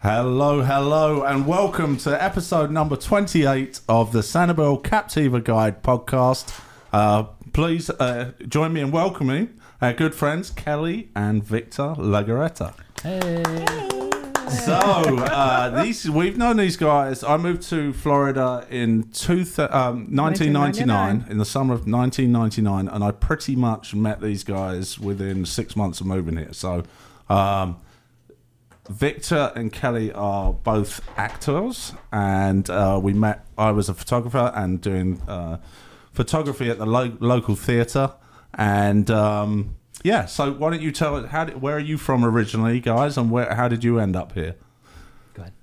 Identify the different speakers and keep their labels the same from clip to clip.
Speaker 1: Hello, hello, and welcome to episode number 28 of the Sanibel Captiva Guide podcast. Uh, please uh, join me in welcoming our good friends Kelly and Victor Lagaretta. So uh, these we've known these guys. I moved to Florida in two th- um, 1999,
Speaker 2: 1999.
Speaker 1: in the summer of 1999, and I pretty much met these guys within six months of moving here. So um, Victor and Kelly are both actors, and uh, we met. I was a photographer and doing uh, photography at the lo- local theatre, and um, yeah. So why don't you tell us how? Did, where are you from originally, guys, and where? How did you end up here?
Speaker 3: Go ahead.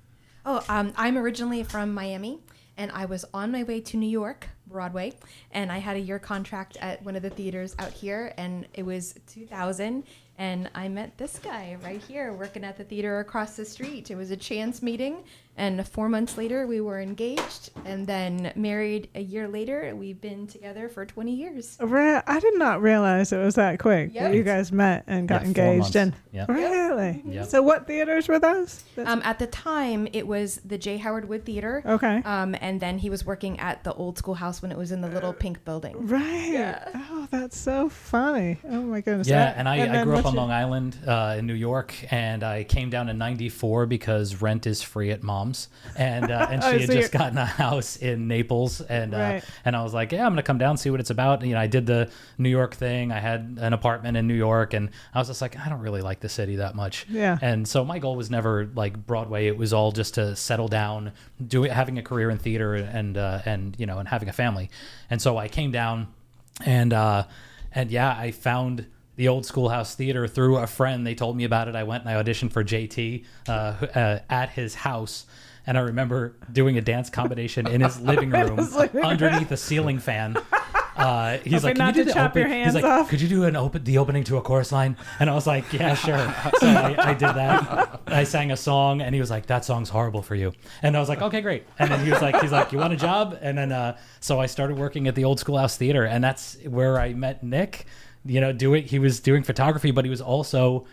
Speaker 2: Oh, um, I'm originally from Miami, and I was on my way to New York, Broadway, and I had a year contract at one of the theaters out here, and it was 2000, and I met this guy right here working at the theater across the street. It was a chance meeting, and four months later, we were engaged, and then married a year later. We've been together for 20 years.
Speaker 4: Re- I did not realize it was that quick.
Speaker 2: Yep.
Speaker 4: that You guys met and got
Speaker 3: Yeah, four months.
Speaker 4: engaged, and
Speaker 3: Yeah. Mm-hmm.
Speaker 4: really.
Speaker 3: Yep.
Speaker 4: So, what theaters were those? That's-
Speaker 2: Um, at the time, it was the J. Howard Wood Theater.
Speaker 4: okay,
Speaker 2: Um, and then he was working at the old schoolhouse when it was in the little
Speaker 4: Uh,
Speaker 2: pink building.
Speaker 4: right.
Speaker 2: yeah.
Speaker 4: Oh, that's so funny. Oh my goodness.
Speaker 3: Yeah,
Speaker 4: That-
Speaker 3: and I, I
Speaker 4: then
Speaker 3: grew up
Speaker 4: what
Speaker 3: on
Speaker 4: you-
Speaker 3: Long Island uh, in New York, and I came down in '94 because rent is free at mom's, and uh, and she
Speaker 4: Oh, so
Speaker 3: had just
Speaker 4: you're-
Speaker 3: gotten a house in Naples, and uh,
Speaker 4: Right.
Speaker 3: and I was like, yeah, I'm gonna come down see what it's about. And, you know, I did the New York thing. I had an apartment in New York, and I was just like, I don't really like the city that much.
Speaker 4: Yeah.
Speaker 3: And so my goal was never like Broadway. It was all just to settle down, doing having a career in theater, and uh, and you know, and having a family. And so I came down and uh and yeah i found the old schoolhouse theater through a friend they told me about it i went and i auditioned for jt uh, who- uh, at his house and i remember doing a dance combination in his living room
Speaker 4: his living room.
Speaker 3: underneath a ceiling fan uh, he's
Speaker 4: Hoping
Speaker 3: like,
Speaker 4: not
Speaker 3: "Can you do
Speaker 4: to
Speaker 3: the
Speaker 4: chop your
Speaker 3: open-"
Speaker 4: hands
Speaker 3: he's like,
Speaker 4: off.
Speaker 3: could you do an open the opening to a chorus line? And I was like, yeah, sure. So I, I did that. I sang a song, and he was like, that song's horrible for you. And I was like, okay, great. And then he was like, he's like, you want a job? And then uh, so I started working at the old schoolhouse theater, and that's where I met Nick. You know, doing he was doing photography, but he was also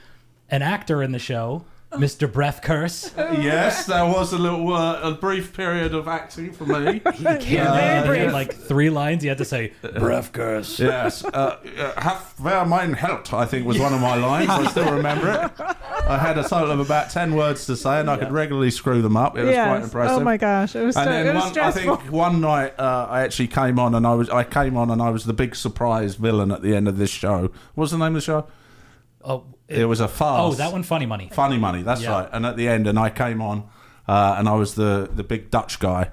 Speaker 3: an actor in the show, Mr. Breath Curse.
Speaker 1: yes, there was a little uh, a brief period of acting for me. Uh,
Speaker 3: And
Speaker 4: very
Speaker 3: he had,
Speaker 4: brief.
Speaker 3: like three lines, he had to say Breath Curse.
Speaker 1: yes, uh, uh, have wer mein helped, I think was one of my lines. I still remember it. I had a total of about ten words to say, and I could regularly screw them up. It was quite
Speaker 4: Yes.
Speaker 1: impressive.
Speaker 4: Oh my gosh, it was,
Speaker 1: And
Speaker 4: so,
Speaker 1: then
Speaker 4: it was
Speaker 1: one,
Speaker 4: stressful.
Speaker 1: I think one night uh, I actually came on and I was I came on and I was the big surprise villain at the end of this show. What's the name of the show?
Speaker 3: Oh,
Speaker 1: It was a farce.
Speaker 3: oh, that one, Funny Money.
Speaker 1: Funny Money. That's
Speaker 3: Yeah.
Speaker 1: right. And at the end, and I came on uh, and I was the the big Dutch guy.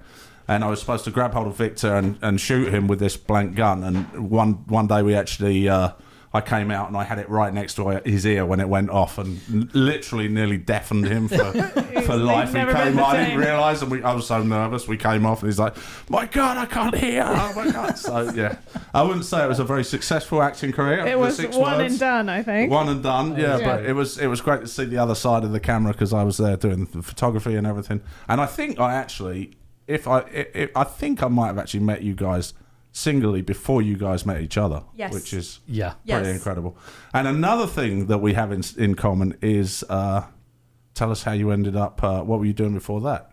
Speaker 1: And I was supposed to grab hold of Victor and, and shoot him with this blank gun. And one one day we actually, uh, I came out and I had it right next to his ear when it went off, and l- literally nearly deafened him for for life. He
Speaker 4: never been
Speaker 1: came,
Speaker 4: the
Speaker 1: I didn't
Speaker 4: same.
Speaker 1: realise, and we, I was so nervous. We came off, and he's like, "My God, I can't hear! Oh my God!" So yeah, I wouldn't say it was a very successful acting career.
Speaker 4: it
Speaker 1: The
Speaker 4: was
Speaker 1: six
Speaker 4: one
Speaker 1: words.
Speaker 4: and done. I think.
Speaker 1: One and done, yeah,
Speaker 4: yeah.
Speaker 1: But it was it was great to see the other side of the camera because I was there doing the photography and everything. And I think I actually, if I, if, I think I might have actually met you guys singly before you guys met each other.
Speaker 2: Yes.
Speaker 1: which is
Speaker 3: Yeah.
Speaker 1: pretty
Speaker 2: Yes.
Speaker 1: incredible. And another thing that we have in in common is, uh, tell us how you ended up. Uh, what were you doing before that?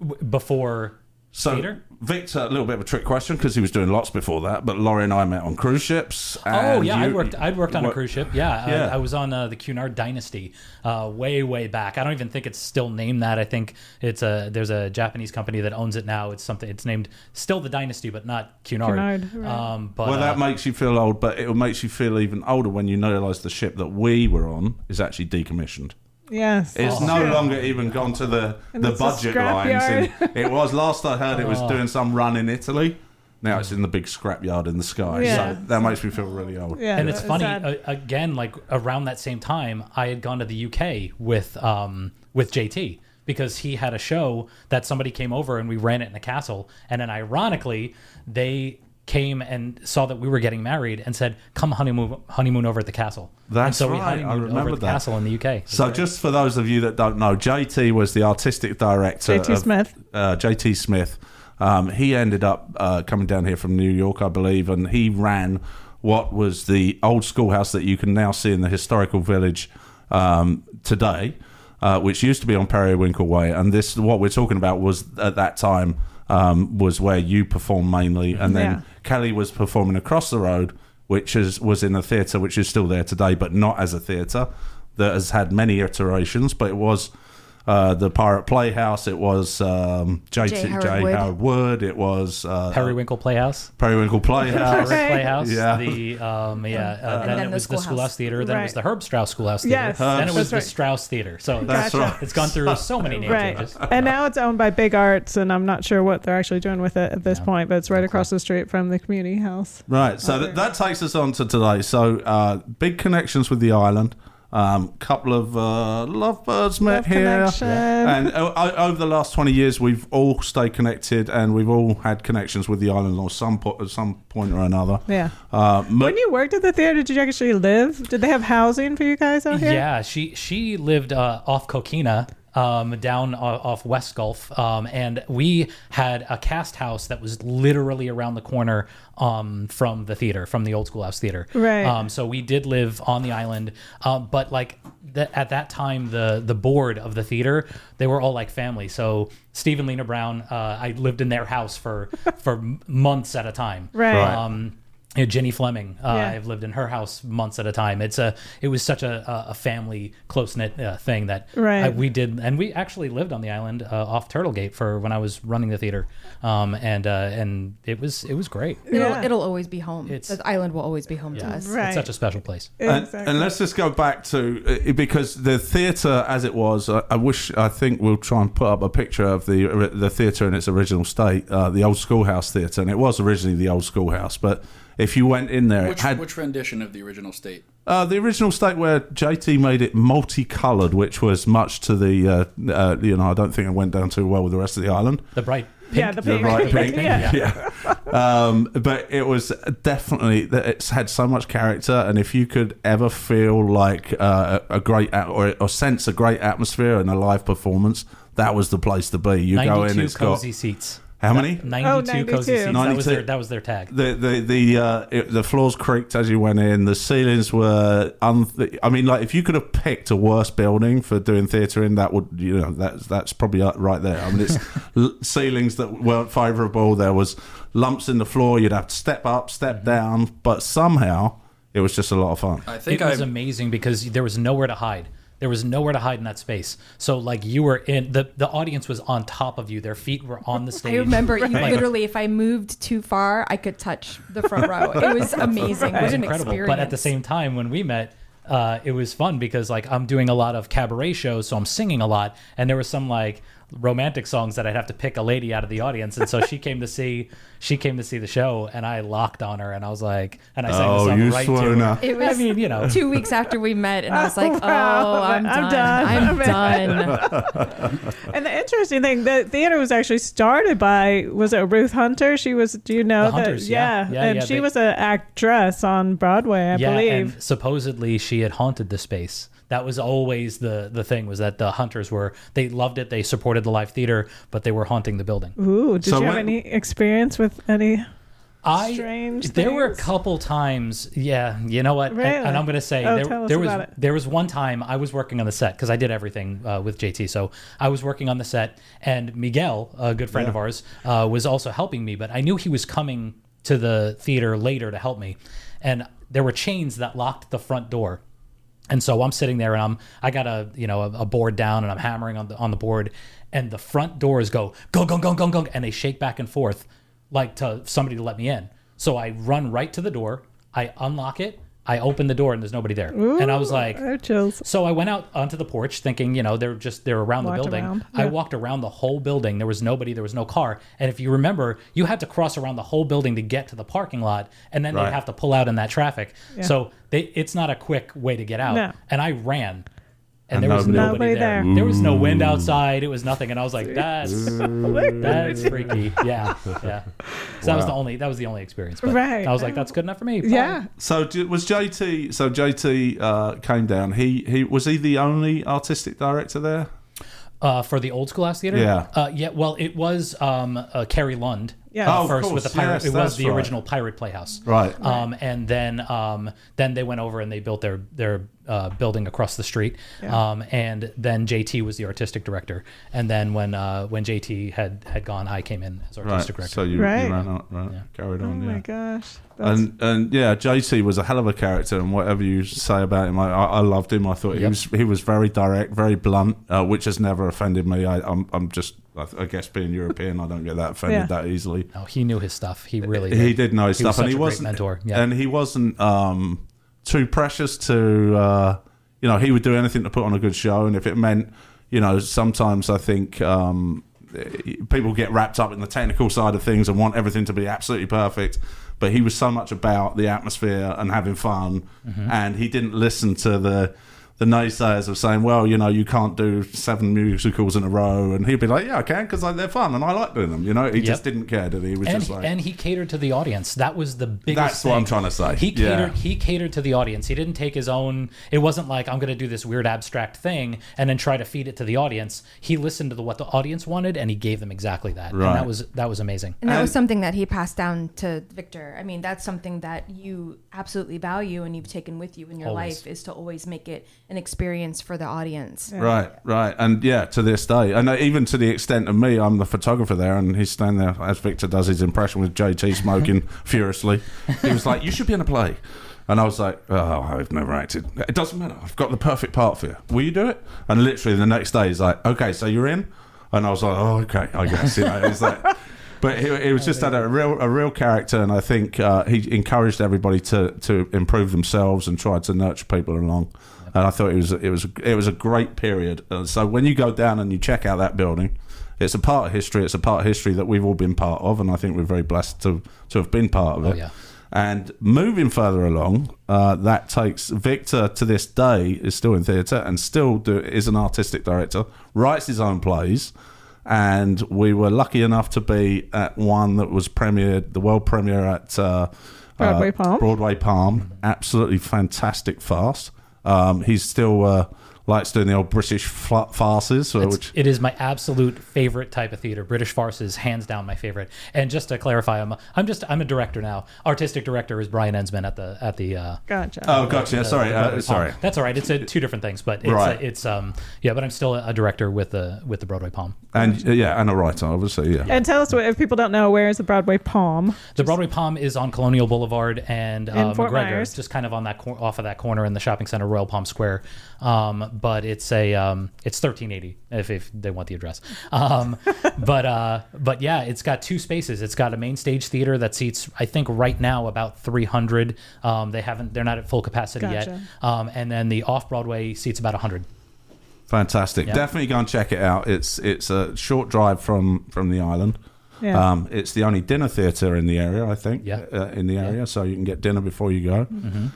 Speaker 3: W- Before
Speaker 1: So
Speaker 3: Theater?
Speaker 1: Victor, a little bit of a trick question because he was doing lots before that. But Laurie and I met on cruise ships.
Speaker 3: Oh
Speaker 1: and
Speaker 3: yeah, I
Speaker 1: you-
Speaker 3: worked. I worked on a
Speaker 1: Wha-
Speaker 3: cruise ship. Yeah,
Speaker 1: Yeah.
Speaker 3: I, I was on uh, the Cunard Dynasty, uh, way way back. I don't even think it's still named that. I think it's a there's a Japanese company that owns it now. It's something. It's named still the Dynasty, but not Cunard.
Speaker 4: Cunard, right.
Speaker 3: Um, but
Speaker 1: Well, that
Speaker 3: uh,
Speaker 1: makes you feel old, but it makes you feel even older when you realise the ship that we were on is actually decommissioned.
Speaker 4: Yes.
Speaker 1: It's
Speaker 4: Oh.
Speaker 1: no
Speaker 4: Sure.
Speaker 1: longer even gone to the,
Speaker 4: And
Speaker 1: the
Speaker 4: it's a
Speaker 1: budget lines.
Speaker 4: scrapyard.
Speaker 1: And it was last I heard it was
Speaker 3: Oh.
Speaker 1: doing some run in Italy. Now it's in the big scrapyard in the sky.
Speaker 4: Yeah.
Speaker 1: So that makes me feel really old.
Speaker 4: Yeah.
Speaker 3: and it's
Speaker 4: that was
Speaker 3: funny
Speaker 4: sad.
Speaker 3: uh, again like around that same time i had gone to the uk with um with jt because he had a show that somebody came over and we ran it in a castle and then ironically they came and saw that we were getting married and said come honeymoon honeymoon over at the castle and
Speaker 1: That's
Speaker 3: so we
Speaker 1: right, I
Speaker 3: honeymooned over
Speaker 1: remember
Speaker 3: at the
Speaker 1: that.
Speaker 3: castle in the uk
Speaker 1: So, just for those of you that don't know, JT was the artistic director.
Speaker 4: JT
Speaker 1: of-
Speaker 4: Smith.
Speaker 1: Uh, JT Smith. Um, he ended up uh, coming down here from New York, I believe, and he ran what was the old schoolhouse that you can now see in the historical village um, today. uh, which used to be on Periwinkle Way, and this what we're talking about was at that time um, was where you performed mainly, and then
Speaker 4: Yeah.
Speaker 1: Kelly was performing across the road, which is was in a theatre which is still there today, but not as a theatre that has had many iterations, but it was. Uh, the Pirate Playhouse. It was um, J.
Speaker 2: J.
Speaker 1: J.
Speaker 2: Howard
Speaker 1: Howard, Wood.
Speaker 2: Wood.
Speaker 1: It was uh,
Speaker 3: Periwinkle Playhouse.
Speaker 1: Periwinkle Playhouse.
Speaker 4: Right.
Speaker 3: Herb Playhouse,
Speaker 1: Yeah.
Speaker 3: the um, yeah, uh, then,
Speaker 2: then
Speaker 3: it
Speaker 2: the
Speaker 3: was the
Speaker 2: Schoolhouse.
Speaker 3: Schoolhouse Theater, then it was
Speaker 4: Right.
Speaker 3: the Herb Strauss Schoolhouse Theater,
Speaker 4: Yes,
Speaker 3: then it was
Speaker 4: that's
Speaker 3: the
Speaker 4: right.
Speaker 3: Strauss Theater. So
Speaker 1: That's
Speaker 4: Gotcha.
Speaker 1: right.
Speaker 3: it's gone through so many name
Speaker 4: Right.
Speaker 3: changes.
Speaker 4: And now it's owned by Big Arts, and I'm not sure what they're actually doing with it at this
Speaker 3: Yeah.
Speaker 4: point, but it's right
Speaker 3: No clue.
Speaker 4: across the street from the community house.
Speaker 1: Right. So th- that takes us on to today. So uh, big connections with the island. Um, couple of uh, lovebirds met
Speaker 4: Love
Speaker 1: here.
Speaker 4: connection.
Speaker 1: And o- o- over the last twenty years, we've all stayed connected, and we've all had connections with the island or some po- at some point or another.
Speaker 4: yeah.
Speaker 1: Uh, mo-
Speaker 4: When you worked at the theater, did you actually live? Did they have housing for you guys out here?
Speaker 3: Yeah, she she lived uh, off Coquina, um, down o- off West Gulf, um, and we had a cast house that was literally around the corner um, from the theater, from the old schoolhouse theater.
Speaker 4: Right.
Speaker 3: Um, so we did live on the island, um, but like the, at that time, the the board of the theater, they were all like family. So Steve and Lena Brown, uh, I lived in their house for for months at a time.
Speaker 4: Right. Right.
Speaker 3: Um, you know, Jenny Fleming, uh,
Speaker 4: Yeah.
Speaker 3: I've lived in her house months at a time. It's a, it was such a, a- a family close knit uh, thing that
Speaker 4: Right.
Speaker 3: I- we did, and we actually lived on the island uh, off Turtlegate for when I was running the theater, um, and uh, and it was it was great.
Speaker 4: Yeah.
Speaker 2: It'll, it'll always be home.
Speaker 3: It's-
Speaker 2: the island will always be home to us.
Speaker 4: Right.
Speaker 3: It's such a special place.
Speaker 1: and,
Speaker 4: Exactly.
Speaker 1: and let's just go back to uh, because the theatre, as it was, I, I wish I think we'll try and put up a picture of the uh, the theatre in its original state, uh, the old schoolhouse theatre, and it was originally the old schoolhouse. But if you went in there,
Speaker 5: Which,
Speaker 1: it had
Speaker 5: which rendition of the original state?
Speaker 1: Uh, the original state where JT made it multicolored, which was much to the uh, uh, you know I don't think it went down too well with the rest of the island.
Speaker 3: The bright pink.
Speaker 4: yeah, the
Speaker 1: The
Speaker 4: pink.
Speaker 1: right pink,
Speaker 4: yeah.
Speaker 1: yeah. um, but it was definitely that it's had so much character, and if you could ever feel like uh, a a great at- or, or sense a great atmosphere and a live performance, that was the place to be. You go in,
Speaker 3: 92
Speaker 1: it's
Speaker 3: cozy
Speaker 1: got
Speaker 3: seats.
Speaker 1: how many?
Speaker 3: 92,
Speaker 4: Oh,
Speaker 3: cozy
Speaker 4: 92.
Speaker 3: seats. That was,
Speaker 1: 92.
Speaker 3: their, that was their tag.
Speaker 1: the the the uh, it, the floors creaked as you went in. The ceilings were un. I mean, like if you could have picked a worse building for doing theatre in, that would you know that's that's probably up right there. I mean, it's l- ceilings that weren't favourable. There was lumps in the floor. You'd have to step up, step down, but somehow it was just a lot of fun.
Speaker 5: I think
Speaker 3: it
Speaker 5: I
Speaker 3: was amazing because there was nowhere to hide. There was nowhere to hide in that space. So like you were in the the audience was on top of you. Their feet were on the stage.
Speaker 2: I remember you
Speaker 3: Like,
Speaker 2: literally, if I moved too far, I could touch the front row. It was amazing. It was an experience.
Speaker 3: But at the same time, when we met, uh, it was fun because like I'm doing a lot of cabaret shows, so I'm singing a lot, and there were some like romantic songs that I'd have to pick a lady out of the audience, and so she came to see she came to see the show, and I locked on her, and I was like, and I sang
Speaker 1: Oh,
Speaker 3: the song
Speaker 1: you
Speaker 3: right
Speaker 1: swoon
Speaker 3: to her.
Speaker 1: up.
Speaker 2: it was
Speaker 3: I mean, you know,
Speaker 2: two weeks after we met, and I was like,
Speaker 4: Oh,
Speaker 2: "Oh,
Speaker 4: wow.
Speaker 2: I'm,
Speaker 4: I'm done.
Speaker 2: done.
Speaker 4: I'm
Speaker 2: I'm done."
Speaker 4: And the interesting thing, the theater was actually started by was it Ruth Hunter? She was. Do you know
Speaker 3: The
Speaker 4: that?
Speaker 3: Hunters, yeah. Yeah,
Speaker 4: and
Speaker 3: yeah,
Speaker 4: she
Speaker 3: they-
Speaker 4: was an actress on Broadway, I believe.
Speaker 3: And supposedly she had haunted the space. That was always the the thing was that the hunters were they loved it, they supported the live theater, but they were haunting the building.
Speaker 4: Ooh, did
Speaker 1: So
Speaker 4: you have
Speaker 1: when-
Speaker 4: any experience with any?
Speaker 3: I
Speaker 4: strange
Speaker 3: there were a
Speaker 4: things?
Speaker 3: couple times yeah you know what
Speaker 4: Really?
Speaker 3: and, and I'm gonna say
Speaker 4: Oh,
Speaker 3: there,
Speaker 4: tell us
Speaker 3: there was
Speaker 4: about it.
Speaker 3: there was one time I was working on the set because I did everything uh, with JT so I was working on the set and Miguel a good friend of ours uh, was also helping me but I knew he was coming to the theater later to help me and there were chains that locked the front door and so I'm sitting there and I'm I got a you know a, a board down and I'm hammering on the on the board and the front doors go go go go go go and they shake back and forth like to somebody to let me in. So I run right to the door, I unlock it, I open the door and there's nobody there. and I was like
Speaker 4: Oh, chills.
Speaker 3: so I went out onto the porch thinking, you know, they're just they're around
Speaker 4: Walked
Speaker 3: the building.
Speaker 4: around,
Speaker 3: I
Speaker 4: yeah.
Speaker 3: walked around the whole building. There was nobody, there was no car. And if you remember, you had to cross around the whole building to get to the parking lot and then
Speaker 1: Right.
Speaker 3: they'd have to pull out in that traffic. So they it's not a quick way to get out.
Speaker 4: No.
Speaker 3: And I ran. And,
Speaker 1: And
Speaker 3: there was
Speaker 1: nobody-
Speaker 3: nobody,
Speaker 4: Nobody
Speaker 3: there.
Speaker 4: there.
Speaker 3: There was no wind outside. It was nothing. And I was like, that's that's freaky. Yeah. Yeah. So that was
Speaker 1: Wow.
Speaker 3: the only that was the only experience. But
Speaker 4: Right.
Speaker 3: I was like, that's good enough for me. Fine.
Speaker 4: Yeah.
Speaker 1: So j- was JT? So JT uh, came down. He he was he the only artistic director there?
Speaker 3: Uh, for the old schoolhouse theater?
Speaker 1: Yeah.
Speaker 3: Uh, yeah. Well, it was um, uh, Carrie Lund
Speaker 4: Yeah.
Speaker 3: uh,
Speaker 1: Oh, of
Speaker 3: first
Speaker 1: course.
Speaker 3: with the pirate.
Speaker 1: Yes,
Speaker 3: it was
Speaker 1: that's
Speaker 3: the
Speaker 1: right.
Speaker 3: original pirate playhouse.
Speaker 1: Right.
Speaker 3: Um, and then um, then they went over and they built their their uh, building across the street.
Speaker 4: Yeah.
Speaker 3: Um, and then JT was the artistic director. And then when uh, when JT had had gone, I came in as
Speaker 1: Right.
Speaker 3: artistic director.
Speaker 1: So you,
Speaker 4: Right.
Speaker 1: you ran on, right, carried
Speaker 4: Oh
Speaker 1: on. yeah.
Speaker 4: my gosh. That's,
Speaker 1: And and yeah, JT was a hell of a character, and whatever you say about him, I, I I loved him. I thought he
Speaker 3: Yep.
Speaker 1: was he was very direct, very blunt, uh, which has never offended me. I, I'm I'm just I, th- I guess being European, I don't get that offended
Speaker 4: Yeah.
Speaker 1: that easily.
Speaker 3: no, he knew his stuff. He really
Speaker 1: He did know his
Speaker 3: He was
Speaker 1: stuff, and
Speaker 3: such
Speaker 1: he
Speaker 3: a great
Speaker 1: wasn't
Speaker 3: mentor, yeah.
Speaker 1: and he wasn't um, too precious to uh, you know he would do anything to put on a good show, and if it meant you know sometimes I think. Um, eh, People get wrapped up in the technical side of things and want everything to be absolutely perfect, but he was so much about the atmosphere and having fun,
Speaker 3: Mm-hmm.
Speaker 1: and he didn't listen to the the naysayers of saying, "Well, you know, you can't do seven musicals in a row," and he'd be like, "Yeah, I can because they're fun and I like doing them." You know, he just didn't care, did he? He was
Speaker 3: and,
Speaker 1: just like,
Speaker 3: and he catered to the audience. That was the biggest.
Speaker 1: That's what
Speaker 3: thing.
Speaker 1: I'm trying to say.
Speaker 3: He
Speaker 1: Yeah.
Speaker 3: catered. He catered to the audience. He didn't take his own. It wasn't like I'm going to do this weird abstract thing and then try to feed it to the audience. He listened to the, what the audience wanted and he gave them exactly that. And
Speaker 1: Right.
Speaker 3: that was that was amazing.
Speaker 2: And that was something that he passed down to Victor. I mean, that's something that you absolutely value and you've taken with you in your
Speaker 3: Always.
Speaker 2: life is to always make it an experience for the audience.
Speaker 1: Right, right, and yeah, to this day, and uh, even to the extent of me, I'm the photographer there, and he's standing there as Victor does his impression with JT smoking furiously. He was like, "You should be in a play," and I was like, "Oh, I've never acted. It doesn't matter. I've got the perfect part for you. Will you do it?" And literally the next day, he's like, "Okay, so you're in," and I was like, "Oh, okay, I guess." You know, it was like. But he, he was just had a real a real character, and I think uh, he encouraged everybody to to improve themselves and tried to nurture people along. And I thought it was it was it was a great period. Uh, so when you go down and you check out that building, it's a part of history. It's a part of history that we've all been part of, and I think we're very blessed to to have been part of it.
Speaker 3: yeah.
Speaker 1: And moving further along, uh, that takes Victor to this day is still in theatre and still do, is an artistic director, writes his own plays. And we were lucky enough to be at one that was premiered, the world premiere at uh,
Speaker 4: Broadway
Speaker 1: uh,
Speaker 4: Palm.
Speaker 1: Broadway Palm. Absolutely fantastic farce. Um, he's still uh, likes doing the old British fla- farces, uh,
Speaker 3: It's-
Speaker 1: which
Speaker 3: It is my absolute favorite type of theater. British farce is hands down my favorite. And just to clarify, I'm I'm just I'm a director now. Artistic director is Brian Ensman at the at the. Uh,
Speaker 4: gotcha.
Speaker 1: Oh, gotcha. sorry,
Speaker 3: Broadway
Speaker 1: uh,
Speaker 3: Palm.
Speaker 1: sorry.
Speaker 3: That's all right. It's uh two different things, but it's,
Speaker 1: Right.
Speaker 3: uh, it's um yeah. But I'm still a, a director with the with the Broadway Palm.
Speaker 1: And uh, yeah, and a writer, obviously. Yeah.
Speaker 4: And tell us what, if people don't know, where is the Broadway Palm?
Speaker 3: The Broadway Palm is on Colonial Boulevard and uh,
Speaker 4: In Fort
Speaker 3: McGregor,
Speaker 4: Myers.
Speaker 3: just kind of on that cor- off of that corner in the shopping center, Royal Palm Square. Um, but it's a um, it's thirteen eighty if, if they want the address. Um, but uh, but yeah, it's got two spaces. It's got a main stage theater that seats I think right now about three hundred. Um, they haven't they're not at full capacity yet.
Speaker 4: Gotcha.
Speaker 3: Um, and then the off Broadway seats about hundred.
Speaker 1: Fantastic. Definitely go and check it out. It's it's a short drive from from the island.
Speaker 4: Yeah.
Speaker 1: Um, it's the only dinner theatre in the area, I think.
Speaker 3: Yeah. Mm-hmm.
Speaker 1: Uh, in the area, so you can get dinner before you go.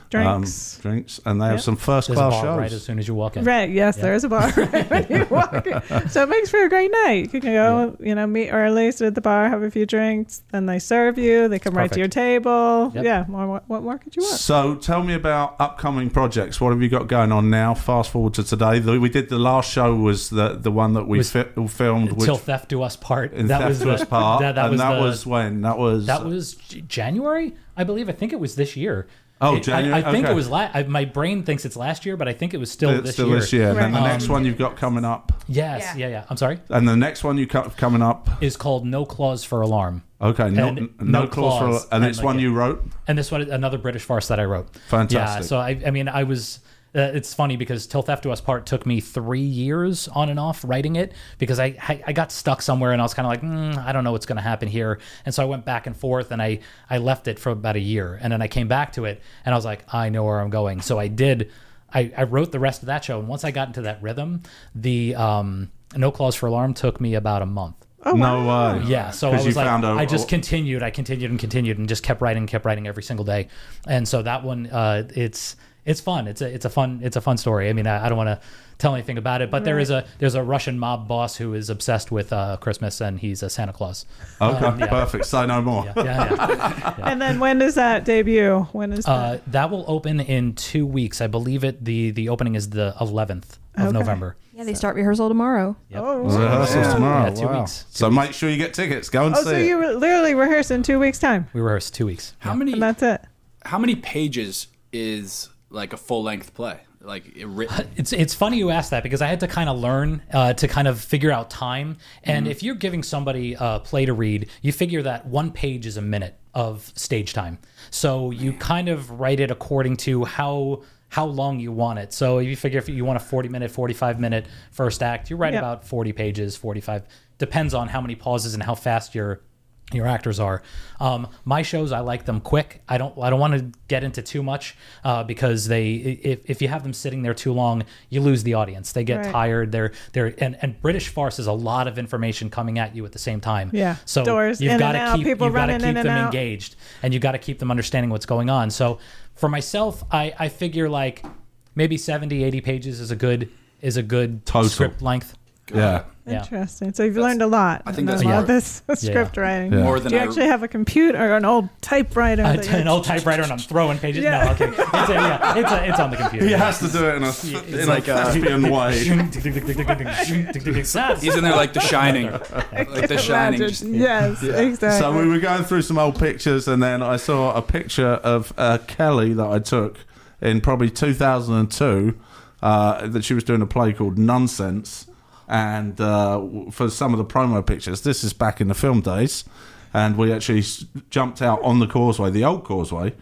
Speaker 4: Drinks.
Speaker 1: Um, drinks, and they have some first
Speaker 3: There's a
Speaker 1: class
Speaker 3: bar
Speaker 1: shows.
Speaker 3: right as soon as you walk in.
Speaker 4: Right, yes, there is a bar right when you walk in. So it makes for a great night. You can go, you know, meet early, sit at the bar, have a few drinks, then they serve you, they come right to
Speaker 3: Perfect.
Speaker 4: your table.
Speaker 3: Yep.
Speaker 4: Yeah, more, what, what more could you want?
Speaker 1: So tell me about upcoming projects. What have you got going on now? Fast forward to today. The- We did the last show was the the one that we
Speaker 3: Was-
Speaker 1: fi- filmed. Which,
Speaker 3: Till theft do us part.
Speaker 1: in that was
Speaker 3: the-
Speaker 1: part,
Speaker 3: That, that
Speaker 1: and
Speaker 3: was
Speaker 1: that
Speaker 3: the-
Speaker 1: was when that was
Speaker 3: That was J- January, I believe. I think it was this year.
Speaker 1: Oh,
Speaker 3: It- I-
Speaker 1: January,
Speaker 3: I, think
Speaker 1: okay.
Speaker 3: it was. La- I, my brain thinks it's last year, but I think it was still,
Speaker 1: it's
Speaker 3: this,
Speaker 1: still
Speaker 3: year.
Speaker 1: this year. And then the
Speaker 2: Right.
Speaker 1: next one you've got coming up,
Speaker 3: Yes.
Speaker 2: Yeah.
Speaker 3: Yeah. yeah. I'm sorry.
Speaker 1: and the next one you got coming up.
Speaker 3: Is called No Clause for Alarm.
Speaker 1: Okay, no,
Speaker 3: And
Speaker 1: n- no,
Speaker 3: no
Speaker 1: clause,
Speaker 3: clause.
Speaker 1: for, and
Speaker 3: And
Speaker 1: it's
Speaker 3: like
Speaker 1: one
Speaker 3: it-
Speaker 1: you wrote.
Speaker 3: and this one another British farce that I wrote.
Speaker 1: Fantastic.
Speaker 3: Yeah. So I, I mean, I was. Uh, it's funny because Till Theft to Us Part took me three years on and off writing it because I I, I got stuck somewhere and I was kind of like mm, I don't know what's going to happen here and so I went back and forth and I I left it for about a year and then I came back to it and I was like I know where I'm going so I did I, I wrote the rest of that show and once I got into that rhythm the um, No Clause for Alarm took me about a month
Speaker 1: no way.
Speaker 3: yeah, so
Speaker 1: Uh, 'Cause
Speaker 3: I was
Speaker 1: you
Speaker 3: like,
Speaker 1: found out-
Speaker 3: I just continued, I continued and continued, and just kept writing, kept writing every single day. And so that one, uh, it's it's fun. It's a it's a fun it's a fun story. I mean, I, I don't want to tell anything about it, but there is a there's a Russian mob boss who is obsessed with uh, Christmas, and he's a Santa Claus.
Speaker 1: Okay,
Speaker 3: Um, yeah.
Speaker 1: perfect. Say no more.
Speaker 3: Yeah, yeah.
Speaker 4: And then when does that debut? When is
Speaker 3: Uh, that will open in two weeks, I believe. It the the opening is the 11th of
Speaker 4: Okay.
Speaker 3: November.
Speaker 2: Yeah, They start rehearsal tomorrow.
Speaker 3: Yep.
Speaker 4: Oh,
Speaker 1: Well, rehearsals
Speaker 3: Yeah.
Speaker 1: tomorrow.
Speaker 3: Yeah, two
Speaker 1: wow.
Speaker 3: weeks.
Speaker 1: So make sure you get tickets. Go and
Speaker 4: oh
Speaker 1: see.
Speaker 4: so
Speaker 1: it.
Speaker 4: you were literally rehearse in two weeks' time,
Speaker 3: We rehearsed two weeks.
Speaker 5: How
Speaker 3: Yeah.
Speaker 5: many
Speaker 4: and that's it.
Speaker 5: how many pages is like a full length play? Like it written?
Speaker 3: It's it's funny you ask that because I had to kind of learn uh, to kind of figure out time. And if you're giving somebody a play to read, you figure that one page is a minute of stage time. So you kind of write it according to how how long you want it. So if you figure if you want a 40 minute, 45 minute first act, you write
Speaker 4: Yeah.
Speaker 3: about 40 pages, 45 depends on how many pauses and how fast your your actors are. Um, my shows, I like them quick. I don't. I don't want to get into too much uh, because they, if, if you have them sitting there too long, you lose the audience. They get
Speaker 4: Right.
Speaker 3: tired. They're they're and, and British farce is a lot of information coming at you at the same time.
Speaker 4: Yeah.
Speaker 3: So
Speaker 4: Doors in
Speaker 3: you've
Speaker 4: and
Speaker 3: got
Speaker 4: out,
Speaker 3: to keep
Speaker 4: people
Speaker 3: you've got to
Speaker 4: running in
Speaker 3: keep
Speaker 4: and
Speaker 3: them
Speaker 4: out.
Speaker 3: engaged, and you got to keep them understanding what's going on. So for myself, I I figure like maybe 70, 80 pages is a good is a good
Speaker 1: Total.
Speaker 3: script length.
Speaker 1: yeah.
Speaker 3: Yeah.
Speaker 4: Interesting. So you've learned a lot.
Speaker 5: I think
Speaker 4: about
Speaker 5: that's more-
Speaker 4: this script writing.
Speaker 1: Yeah.
Speaker 5: More than
Speaker 4: Do you
Speaker 5: I
Speaker 4: actually have a computer or an old typewriter?
Speaker 3: Uh,
Speaker 4: that
Speaker 3: t-
Speaker 4: you're-
Speaker 3: an old typewriter and I'm throwing pages.
Speaker 4: Yeah.
Speaker 3: No, okay. It's, a, yeah, it's, a, it's on the computer.
Speaker 1: He has to do it in a, in
Speaker 5: like,
Speaker 1: a
Speaker 5: uh,
Speaker 1: thespian way.
Speaker 5: He's in there like The Shining, like The Shining.
Speaker 4: Imagine.
Speaker 5: Just,
Speaker 4: Yes, exactly.
Speaker 1: So we were going through some old pictures, and then I saw a picture of uh, Kelly that I took in probably 2002. Uh, that she was doing a play called Nonsense, and uh, w- for some of the promo pictures, this is back in the film days, and we actually s- jumped out on the causeway, the old causeway,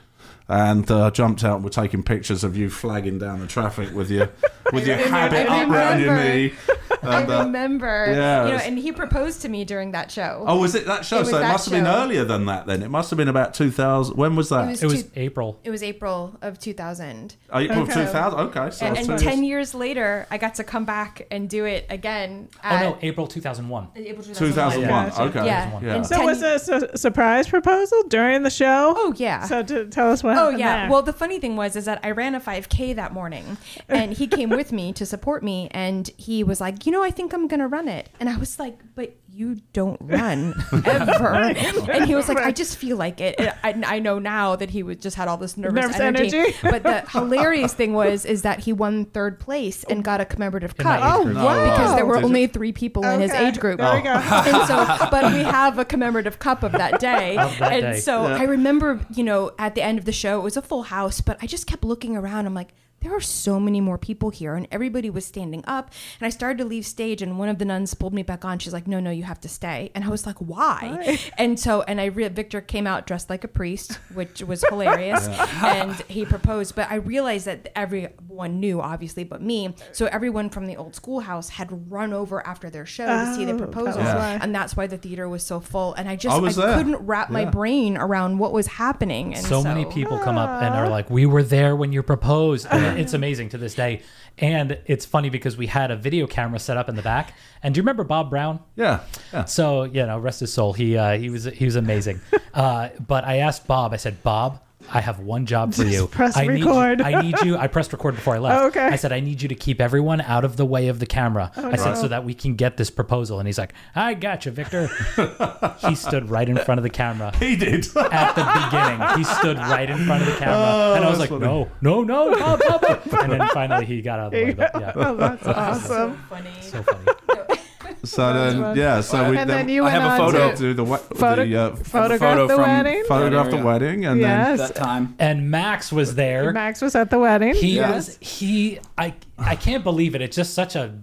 Speaker 1: and uh, jumped out. and We're taking pictures of you flagging down the traffic with your with your habit
Speaker 2: I
Speaker 1: up around your
Speaker 2: remember.
Speaker 1: knee. And,
Speaker 2: I
Speaker 1: uh,
Speaker 2: remember.
Speaker 1: yeah,
Speaker 2: you know,
Speaker 1: it's-
Speaker 2: and he proposed to me during that show.
Speaker 1: Oh, was it that show?
Speaker 2: It was
Speaker 1: so it
Speaker 2: that
Speaker 1: must have been
Speaker 2: show.
Speaker 1: earlier than that. Then it must have been about two thousand. When was that?
Speaker 2: It was-
Speaker 3: It was April.
Speaker 2: It was April of 2000.
Speaker 1: April
Speaker 4: Okay.
Speaker 1: two thousand. Okay, so
Speaker 2: and
Speaker 1: it's
Speaker 2: and
Speaker 1: two-
Speaker 2: 10 years later, I got to come back and do it again.
Speaker 3: Oh
Speaker 2: At
Speaker 3: no, April 2001.
Speaker 2: April 2001.
Speaker 1: two thousand one.
Speaker 4: Gotcha.
Speaker 1: Okay,
Speaker 2: Yeah.
Speaker 1: yeah.
Speaker 2: And
Speaker 4: So
Speaker 2: Ten-
Speaker 4: was it a su- surprise proposal during the show?
Speaker 2: Oh, yeah.
Speaker 4: So to tell us what
Speaker 2: Oh
Speaker 4: happened
Speaker 2: yeah.
Speaker 4: there.
Speaker 2: Well, the funny thing was is that I ran a 5K that morning, and he came with me to support me, and he was like, "You know, I think I'm gonna run it," and I was like, "But you don't run ever." and he was like, "I just feel like it." And I, and I know now that he was just had all this nervous,
Speaker 4: Nervous
Speaker 2: energy.
Speaker 4: energy.
Speaker 2: but the hilarious thing was is that he won third place and got a commemorative
Speaker 3: my
Speaker 2: cup
Speaker 3: age
Speaker 4: group. Oh, wow.
Speaker 2: because there were
Speaker 1: Did you?
Speaker 2: only three people in his
Speaker 4: Okay.
Speaker 2: age group.
Speaker 4: There we go.
Speaker 2: and so, but we have a commemorative cup of that day.
Speaker 3: that
Speaker 2: and
Speaker 3: day.
Speaker 2: so I remember, you know, at the end of the show, it was a full house, but I just kept looking around. I'm like, there are so many more people here, and everybody was standing up. And I started to leave stage, and one of the nuns pulled me back on. She's like, "No, no, you have to stay." And I was like, "Why?" And so, and I re- Victor came out dressed like a priest, which was hilarious, and he proposed. But I realized that everyone knew, obviously, but me. So everyone from the old schoolhouse had run over after their show to see the
Speaker 4: Oh, that
Speaker 2: proposal,
Speaker 4: was why.
Speaker 2: and that's why the theater was so full. And I just
Speaker 1: I
Speaker 2: I,
Speaker 1: was there.
Speaker 2: couldn't wrap my
Speaker 1: Yeah.
Speaker 2: brain around what was happening. And
Speaker 3: so, many people come up and are like, "We were there when you proposed." And it's amazing to this day, and it's funny because we had a video camera set up in the back. And do you remember Bob Brown?
Speaker 1: yeah, yeah.
Speaker 3: So you know, rest his soul. He uh, he was he was amazing. uh, but I asked Bob. I said, Bob, I have one job for you.
Speaker 4: press
Speaker 3: I
Speaker 4: record."
Speaker 3: Need, I need you. I pressed record before I left.
Speaker 4: Oh, okay. Oh,
Speaker 3: I said, I need you to keep everyone out of the way of the camera. I said
Speaker 4: no.
Speaker 3: so that we can get this proposal. And he's like, I got you, Victor. he stood right in front of the camera
Speaker 1: He did.
Speaker 3: at the beginning. He stood right in front of the camera,
Speaker 4: Oh,
Speaker 3: and I was like,
Speaker 1: that's
Speaker 3: "No, no, no, Bob, Bob, Bob." And then finally, he got out of the way. But yeah,
Speaker 4: Oh, that's awesome.
Speaker 2: funny.
Speaker 3: so funny.
Speaker 1: so then,
Speaker 4: fun.
Speaker 1: yeah. So we
Speaker 4: And then
Speaker 1: then
Speaker 4: you
Speaker 5: I
Speaker 4: went
Speaker 5: have a
Speaker 4: on
Speaker 1: photo
Speaker 4: to
Speaker 1: do the we-
Speaker 4: photo-
Speaker 1: the uh,
Speaker 4: photograph
Speaker 5: photo
Speaker 4: the
Speaker 5: from-
Speaker 4: wedding.
Speaker 1: photograph the
Speaker 5: Yeah.
Speaker 1: wedding, and
Speaker 4: yes.
Speaker 5: that time.
Speaker 3: And Max was there.
Speaker 4: Max was at the wedding.
Speaker 3: He
Speaker 4: yes.
Speaker 3: was he. I I can't believe it. It's just such a.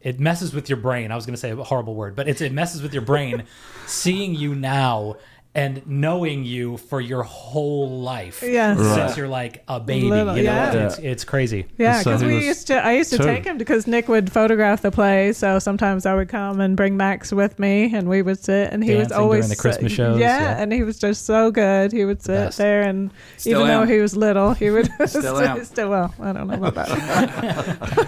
Speaker 3: It messes with your brain. I was going to say a horrible word, but it's it messes with your brain. seeing you now and knowing you for your whole life.
Speaker 4: Yes.
Speaker 1: Right.
Speaker 3: Since you're like a baby,
Speaker 4: Little,
Speaker 3: you know,
Speaker 4: yeah.
Speaker 3: it's, it's crazy.
Speaker 4: Yeah,
Speaker 1: So
Speaker 4: because
Speaker 1: he
Speaker 4: we
Speaker 1: was
Speaker 4: used to. I used to
Speaker 1: two.
Speaker 4: take him because Nick would photograph the play. So sometimes I would come and bring Max with me, and we would sit. And he was
Speaker 3: Dancing during
Speaker 4: always
Speaker 3: the Christmas
Speaker 4: sit-
Speaker 3: shows,
Speaker 4: Yeah,
Speaker 3: yeah.
Speaker 4: and he was just so good. He would sit
Speaker 3: Best.
Speaker 4: there, and
Speaker 5: Still
Speaker 4: even
Speaker 5: am.
Speaker 4: though he was little, he would
Speaker 5: Still am.
Speaker 4: still well. I don't know about that.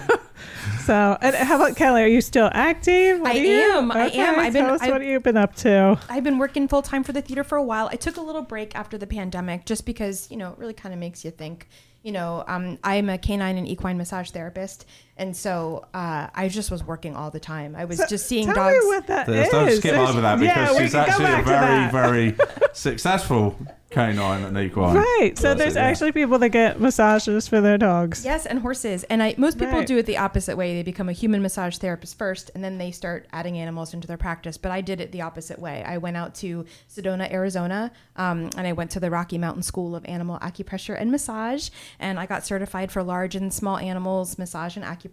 Speaker 4: so, and how about Kelly? Are you still active? What
Speaker 2: I
Speaker 4: are you-
Speaker 2: am, I am.
Speaker 4: Okay,
Speaker 2: I've been-
Speaker 4: Tell us
Speaker 2: I've-
Speaker 4: what you've been up to.
Speaker 2: I've been working full time for the theater for a while. I took a little break after the pandemic just because, you know, it really kind of makes you think. You know, um, I'm a canine and equine massage therapist. And so uh, I just was working all the time. I was
Speaker 4: So
Speaker 2: just seeing
Speaker 4: Tell
Speaker 2: dogs.
Speaker 4: me what that
Speaker 1: There's, don't
Speaker 4: is.
Speaker 1: skip over that
Speaker 4: Yeah,
Speaker 1: because
Speaker 4: we
Speaker 1: she's
Speaker 4: can go
Speaker 1: actually a
Speaker 4: back to
Speaker 1: very,
Speaker 4: that.
Speaker 1: very successful canine and equine.
Speaker 4: Right. So
Speaker 1: That's
Speaker 4: there's
Speaker 1: it, yeah.
Speaker 4: actually people that get massages for their dogs.
Speaker 2: Yes, and horses. And I, most people
Speaker 4: Right.
Speaker 2: do it the opposite way. They become a human massage therapist first, and then they start adding animals into their practice. But I did it the opposite way. I went out to Sedona, Arizona, um, and I went to the Rocky Mountain School of Animal Acupressure and Massage, and I got certified for large and small animals, massage and acupressure.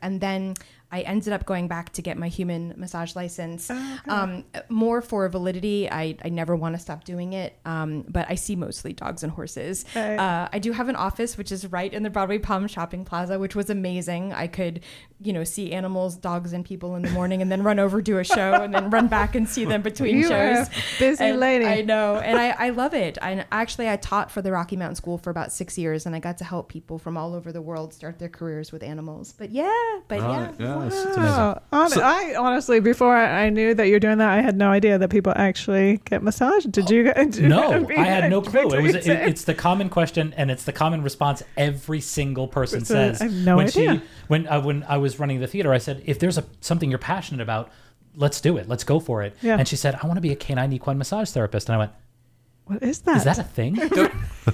Speaker 2: And then I ended up going back to get my human massage license,
Speaker 4: Oh,
Speaker 2: um, more for validity. I, I never want to stop doing it, um, but I see mostly dogs and horses.
Speaker 4: Right.
Speaker 2: Uh, I do have an office which is right in the Broadway Palm Shopping Plaza, which was amazing. I could, you know, see animals, dogs, and people in the morning, and then run over do a show, and then run back and see them between
Speaker 4: You are
Speaker 2: shows.
Speaker 4: a busy
Speaker 2: And
Speaker 4: lady.
Speaker 2: I know, and I, I love it. And actually, I taught for the Rocky Mountain School for about six years, and I got to help people from all over the world start their careers with animals. But yeah, but
Speaker 1: Right,
Speaker 2: yeah.
Speaker 1: yeah, it's-
Speaker 4: Oh, hon- I honestly, before I I knew that you're doing that, I had no idea that people actually get massage. Did you? Did you-
Speaker 3: No,
Speaker 4: mean,
Speaker 3: I had no clue. It
Speaker 4: Victor,
Speaker 3: was
Speaker 4: you
Speaker 3: it,
Speaker 4: said-
Speaker 3: it's the common question, and it's the common response every single person
Speaker 4: It's a-
Speaker 3: says.
Speaker 4: I have no
Speaker 3: when
Speaker 4: idea.
Speaker 3: She, when I when I was running the theater, I said, "If there's a something you're passionate about, let's do it. Let's go for it."
Speaker 4: Yeah.
Speaker 3: And she said, "I want to be a canine equine massage therapist," and I went.
Speaker 4: what is that?
Speaker 3: Is that a thing?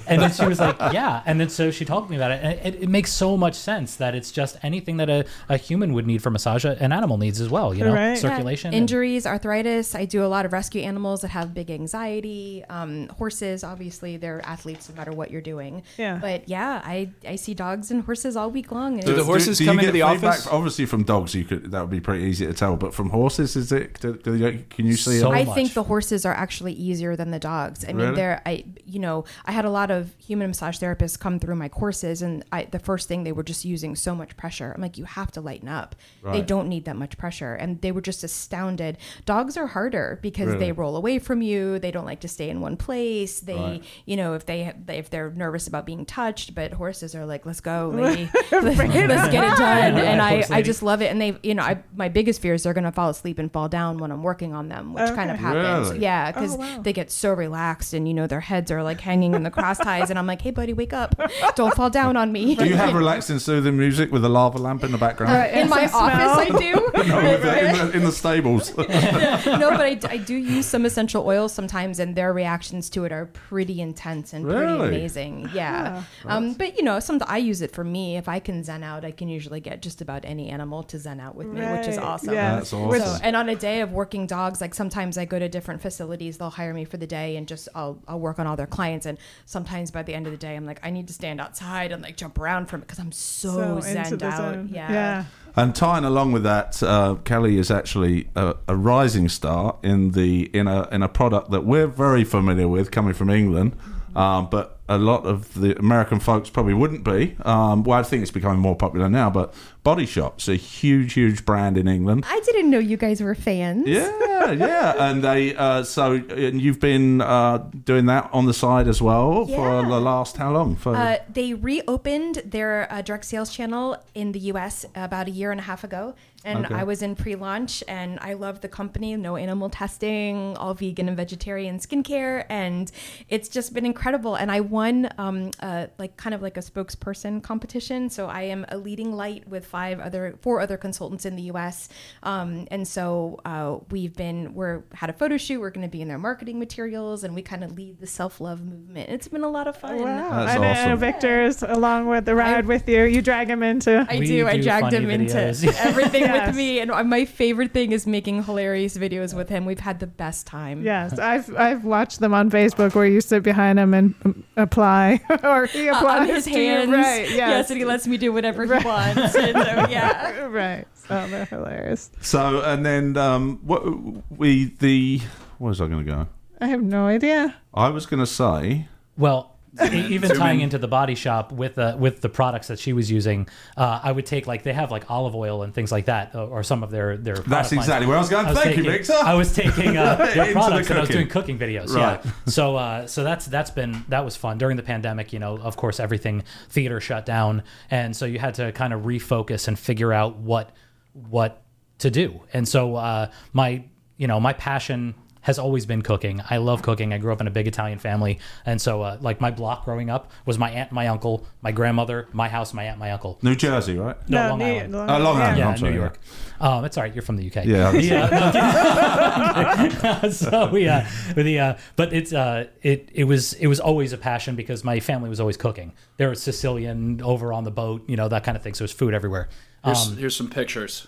Speaker 3: and then she was like, "Yeah." And then so she talked to me about it, and it, it makes so much sense that it's just anything that a, a human would need for massage, an animal needs as well. You know,
Speaker 4: Right. Yeah,
Speaker 3: circulation, and-
Speaker 2: injuries, arthritis. I do a lot of rescue animals that have big anxiety. Um, horses, obviously, they're athletes no matter what you're doing.
Speaker 4: Yeah.
Speaker 2: But yeah, I, I see dogs and horses all week long. And
Speaker 5: Do the
Speaker 2: it's-
Speaker 5: horses
Speaker 1: you
Speaker 5: come
Speaker 1: get
Speaker 5: into the
Speaker 1: feedback?
Speaker 5: office?
Speaker 1: Obviously, from dogs, you could that would be pretty easy to tell. But from horses, is it? Do, do you, can you see?
Speaker 3: So-
Speaker 1: it?
Speaker 2: I
Speaker 3: much.
Speaker 2: think the horses are actually easier than the dogs. I mean,
Speaker 1: Really?
Speaker 2: they're I you know I had a lot of human massage therapists come through my courses, and I, the first thing they were just using so much pressure. I'm like, you have to lighten up. They
Speaker 1: Right.
Speaker 2: don't need that much pressure, and they were just astounded. Dogs are harder because
Speaker 1: Really?
Speaker 2: they roll away from you. They don't like to stay in one place. They
Speaker 1: Right.
Speaker 2: you know if they if they're nervous about being touched, but horses are like, let's go, lady, let's, get it done.
Speaker 3: Yeah,
Speaker 2: And I
Speaker 3: horse
Speaker 2: I
Speaker 3: lady.
Speaker 2: just love it. And they you know I, my biggest fear is they're gonna fall asleep and fall down when I'm working on them, which kind of
Speaker 4: Okay.
Speaker 2: happens.
Speaker 1: Really?
Speaker 2: Yeah, because
Speaker 4: Oh, wow.
Speaker 2: they get so relaxed and you know their heads are like hanging in the cross ties, and I'm like, hey buddy, wake up! Don't fall down on me.
Speaker 1: Do you have relaxing, soothing music with a lava lamp in the background?
Speaker 2: Uh, in my
Speaker 4: Some smell.
Speaker 2: office, I do.
Speaker 1: no, in the, in the, in the stables.
Speaker 2: no, but I, d- I do use some essential oils sometimes, and their reactions to it are pretty intense and pretty
Speaker 1: Really?
Speaker 2: amazing. Yeah.
Speaker 4: Ah,
Speaker 2: Um, but you know, some I use it for me. If I can zen out, I can usually get just about any animal to zen out with me, which is
Speaker 4: Right,
Speaker 2: awesome.
Speaker 4: yeah.
Speaker 1: That's
Speaker 4: With-
Speaker 1: awesome.
Speaker 2: So, and on a day of working dogs, like sometimes I go to different facilities, they'll hire me for the day and just I'll, I'll work on all their clients. And sometimes by the end of the day, I'm like, I need to stand outside and like jump around from it because I'm so,
Speaker 4: So into
Speaker 2: zenned
Speaker 4: the
Speaker 2: out.
Speaker 4: zone.
Speaker 2: Yeah.
Speaker 4: yeah.
Speaker 1: And tying along with that, uh, Kelly is actually a, a rising star in the in a in a product that we're very familiar with, coming from England, um, but a lot of the American folks probably wouldn't be. Um, well, I think it's becoming more popular now. But Body Shop's a huge, huge brand in England.
Speaker 2: I didn't know you guys were fans.
Speaker 1: Yeah, yeah, and they uh, so and you've been uh, doing that on the side as well for
Speaker 2: Yeah.
Speaker 1: the last how long? For
Speaker 2: Uh, they reopened their uh, direct sales channel in the U.S. about a year and a half ago, and
Speaker 1: Okay.
Speaker 2: I was in pre-launch, and I love the company. No animal testing, all vegan and vegetarian skincare, and it's just been incredible. And I won um, uh, like kind of like a spokesperson competition, so I am a leading light with five other, four other consultants in the U.S. Um, and so uh, we've been we're had a photo shoot. We're going to be in their marketing materials, and we kind of lead the self love movement. It's been a lot of fun.
Speaker 4: Wow.
Speaker 1: That's
Speaker 4: I know
Speaker 1: awesome.
Speaker 4: Victor's along with the ride
Speaker 2: Oh, I-
Speaker 4: with you. You drag him into.
Speaker 2: I
Speaker 3: We
Speaker 2: do. I
Speaker 3: do
Speaker 2: dragged
Speaker 3: funny
Speaker 2: him into
Speaker 3: videos.
Speaker 2: everything
Speaker 4: Yes.
Speaker 2: with me, and my favorite thing is making hilarious videos with him. We've had the best time.
Speaker 4: Yes, I've I've watched them on Facebook where you sit behind him and um, apply, or he
Speaker 2: Uh,
Speaker 4: applies
Speaker 2: on his
Speaker 4: to you.
Speaker 2: hands.
Speaker 4: Right.
Speaker 2: yes.
Speaker 4: Yes.
Speaker 2: and he lets me do whatever he wants. and so, yeah.
Speaker 4: right. So they're hilarious.
Speaker 1: so and then um, what we the where was I going to go?
Speaker 4: I have no idea.
Speaker 1: I was going to say,
Speaker 3: Well, e- even
Speaker 5: zoom
Speaker 3: tying
Speaker 5: in.
Speaker 3: into the body shop with the with the products that she was using, uh, I would take like they have like olive oil and things like that, or, or some of their their. product lines.
Speaker 1: exactly where I was going.
Speaker 3: I was
Speaker 1: Thank you,
Speaker 3: taking-
Speaker 1: Victor.
Speaker 3: I was taking uh,
Speaker 1: Into
Speaker 3: their
Speaker 1: the
Speaker 3: products and I was doing
Speaker 1: cooking.
Speaker 3: cooking videos.
Speaker 1: Right.
Speaker 3: Yeah. So uh, so that's that's been that was fun during the pandemic. You know, of course, everything theater shut down, and so you had to kind of refocus and figure out what what to do. And so uh, my you know my passion has always been cooking. I love cooking. I grew up in a big Italian family, and so uh, like my block growing up was my aunt, my uncle, my grandmother, my house, my aunt, my uncle.
Speaker 1: New Jersey, right?
Speaker 3: No, Long
Speaker 4: New-
Speaker 3: Island.
Speaker 1: Oh, Long Island.
Speaker 3: Yeah,
Speaker 1: I'm sorry,
Speaker 3: New York. Um, it's all right. You're from the UK.
Speaker 1: Yeah.
Speaker 3: Yeah. so yeah, but the uh, but it's uh, it it was it was always a passion because my family was always cooking. There was Sicilian over on the boat, you know that kind of thing. So there's food everywhere.
Speaker 5: Here's,
Speaker 3: Um,
Speaker 5: here's some pictures.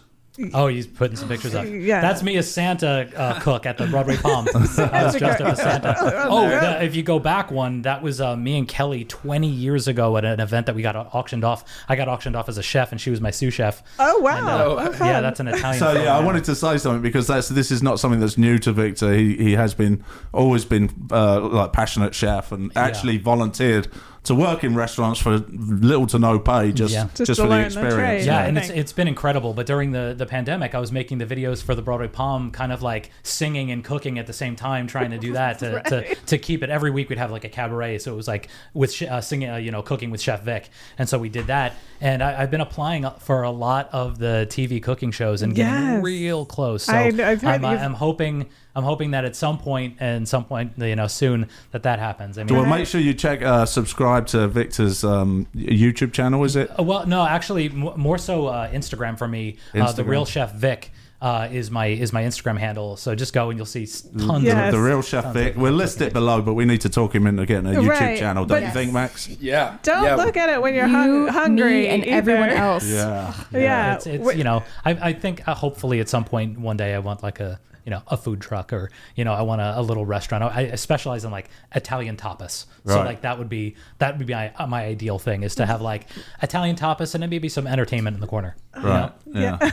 Speaker 3: oh, he's putting some pictures up.
Speaker 4: Yeah.
Speaker 3: that's me as Santa uh, cook at the Broadway Palm. I was dressed up as Santa. Oh, the, if you go back one, that was uh, me and Kelly 20 years ago at an event that we got au- auctioned off. I got auctioned off as a chef, and she was my sous chef.
Speaker 4: Oh wow!
Speaker 5: know.
Speaker 4: Oh,
Speaker 3: yeah,
Speaker 4: fun.
Speaker 3: that's an Italian.
Speaker 1: So
Speaker 3: film,
Speaker 1: yeah, I wanted to say something because that's this is not something that's new to Victor. He he has been always been uh, like passionate chef and actually volunteered to work in restaurants for little to no pay just
Speaker 3: Yeah.
Speaker 1: just,
Speaker 4: Just to
Speaker 1: for the
Speaker 4: learn the
Speaker 1: experience.
Speaker 4: trade.
Speaker 3: yeah,
Speaker 4: I
Speaker 3: and it's
Speaker 4: think.
Speaker 3: it's been incredible. But during the the pandemic, I was making the videos for the Broadway Palm, kind of like singing and cooking at the same time, trying to do that to to, to keep it. Every week we'd have like a cabaret, so it was like with sh- uh, singing, uh, you know, cooking with Chef Vic, and so we did that. And I, I've been applying for a lot of the TV cooking shows and getting
Speaker 4: Yes.
Speaker 3: real close. So
Speaker 4: I- I've heard
Speaker 3: am
Speaker 4: you've-
Speaker 3: I'm hoping I'm hoping that at some point and some point you know soon that that happens. I mean,
Speaker 1: Well, make sure you check uh, subscribe to Victor's um, YouTube channel. Is it?
Speaker 3: Uh, well, no, actually, m- more so uh, Instagram for me. Uh, the
Speaker 1: Instagram.
Speaker 3: real chef Vic uh, is my is my Instagram handle. So just go and you'll see s- tons
Speaker 4: Yeah.
Speaker 3: of.
Speaker 1: The
Speaker 4: Yes.
Speaker 1: real chef Vic. We'll list it below, but we need to talk him into getting a YouTube
Speaker 4: Right,
Speaker 1: channel. Don't
Speaker 4: but-
Speaker 1: you think, Max?
Speaker 5: Yeah.
Speaker 4: Don't
Speaker 5: yeah,
Speaker 4: look at it when you're
Speaker 2: you,
Speaker 4: hung- hungry
Speaker 2: me, and
Speaker 4: either.
Speaker 2: everyone else.
Speaker 1: Yeah.
Speaker 4: Yeah,
Speaker 3: it's, it's
Speaker 4: Wait,
Speaker 3: you know I, I think uh, hopefully at some point one day I want like a you know a food truck or you know I want a, a little restaurant. I, I specialize in like Italian tapas, so
Speaker 1: Right.
Speaker 3: like that would be that would be my uh, my ideal thing is to have like Italian tapas and then maybe some entertainment in the corner.
Speaker 1: Right. Yeah.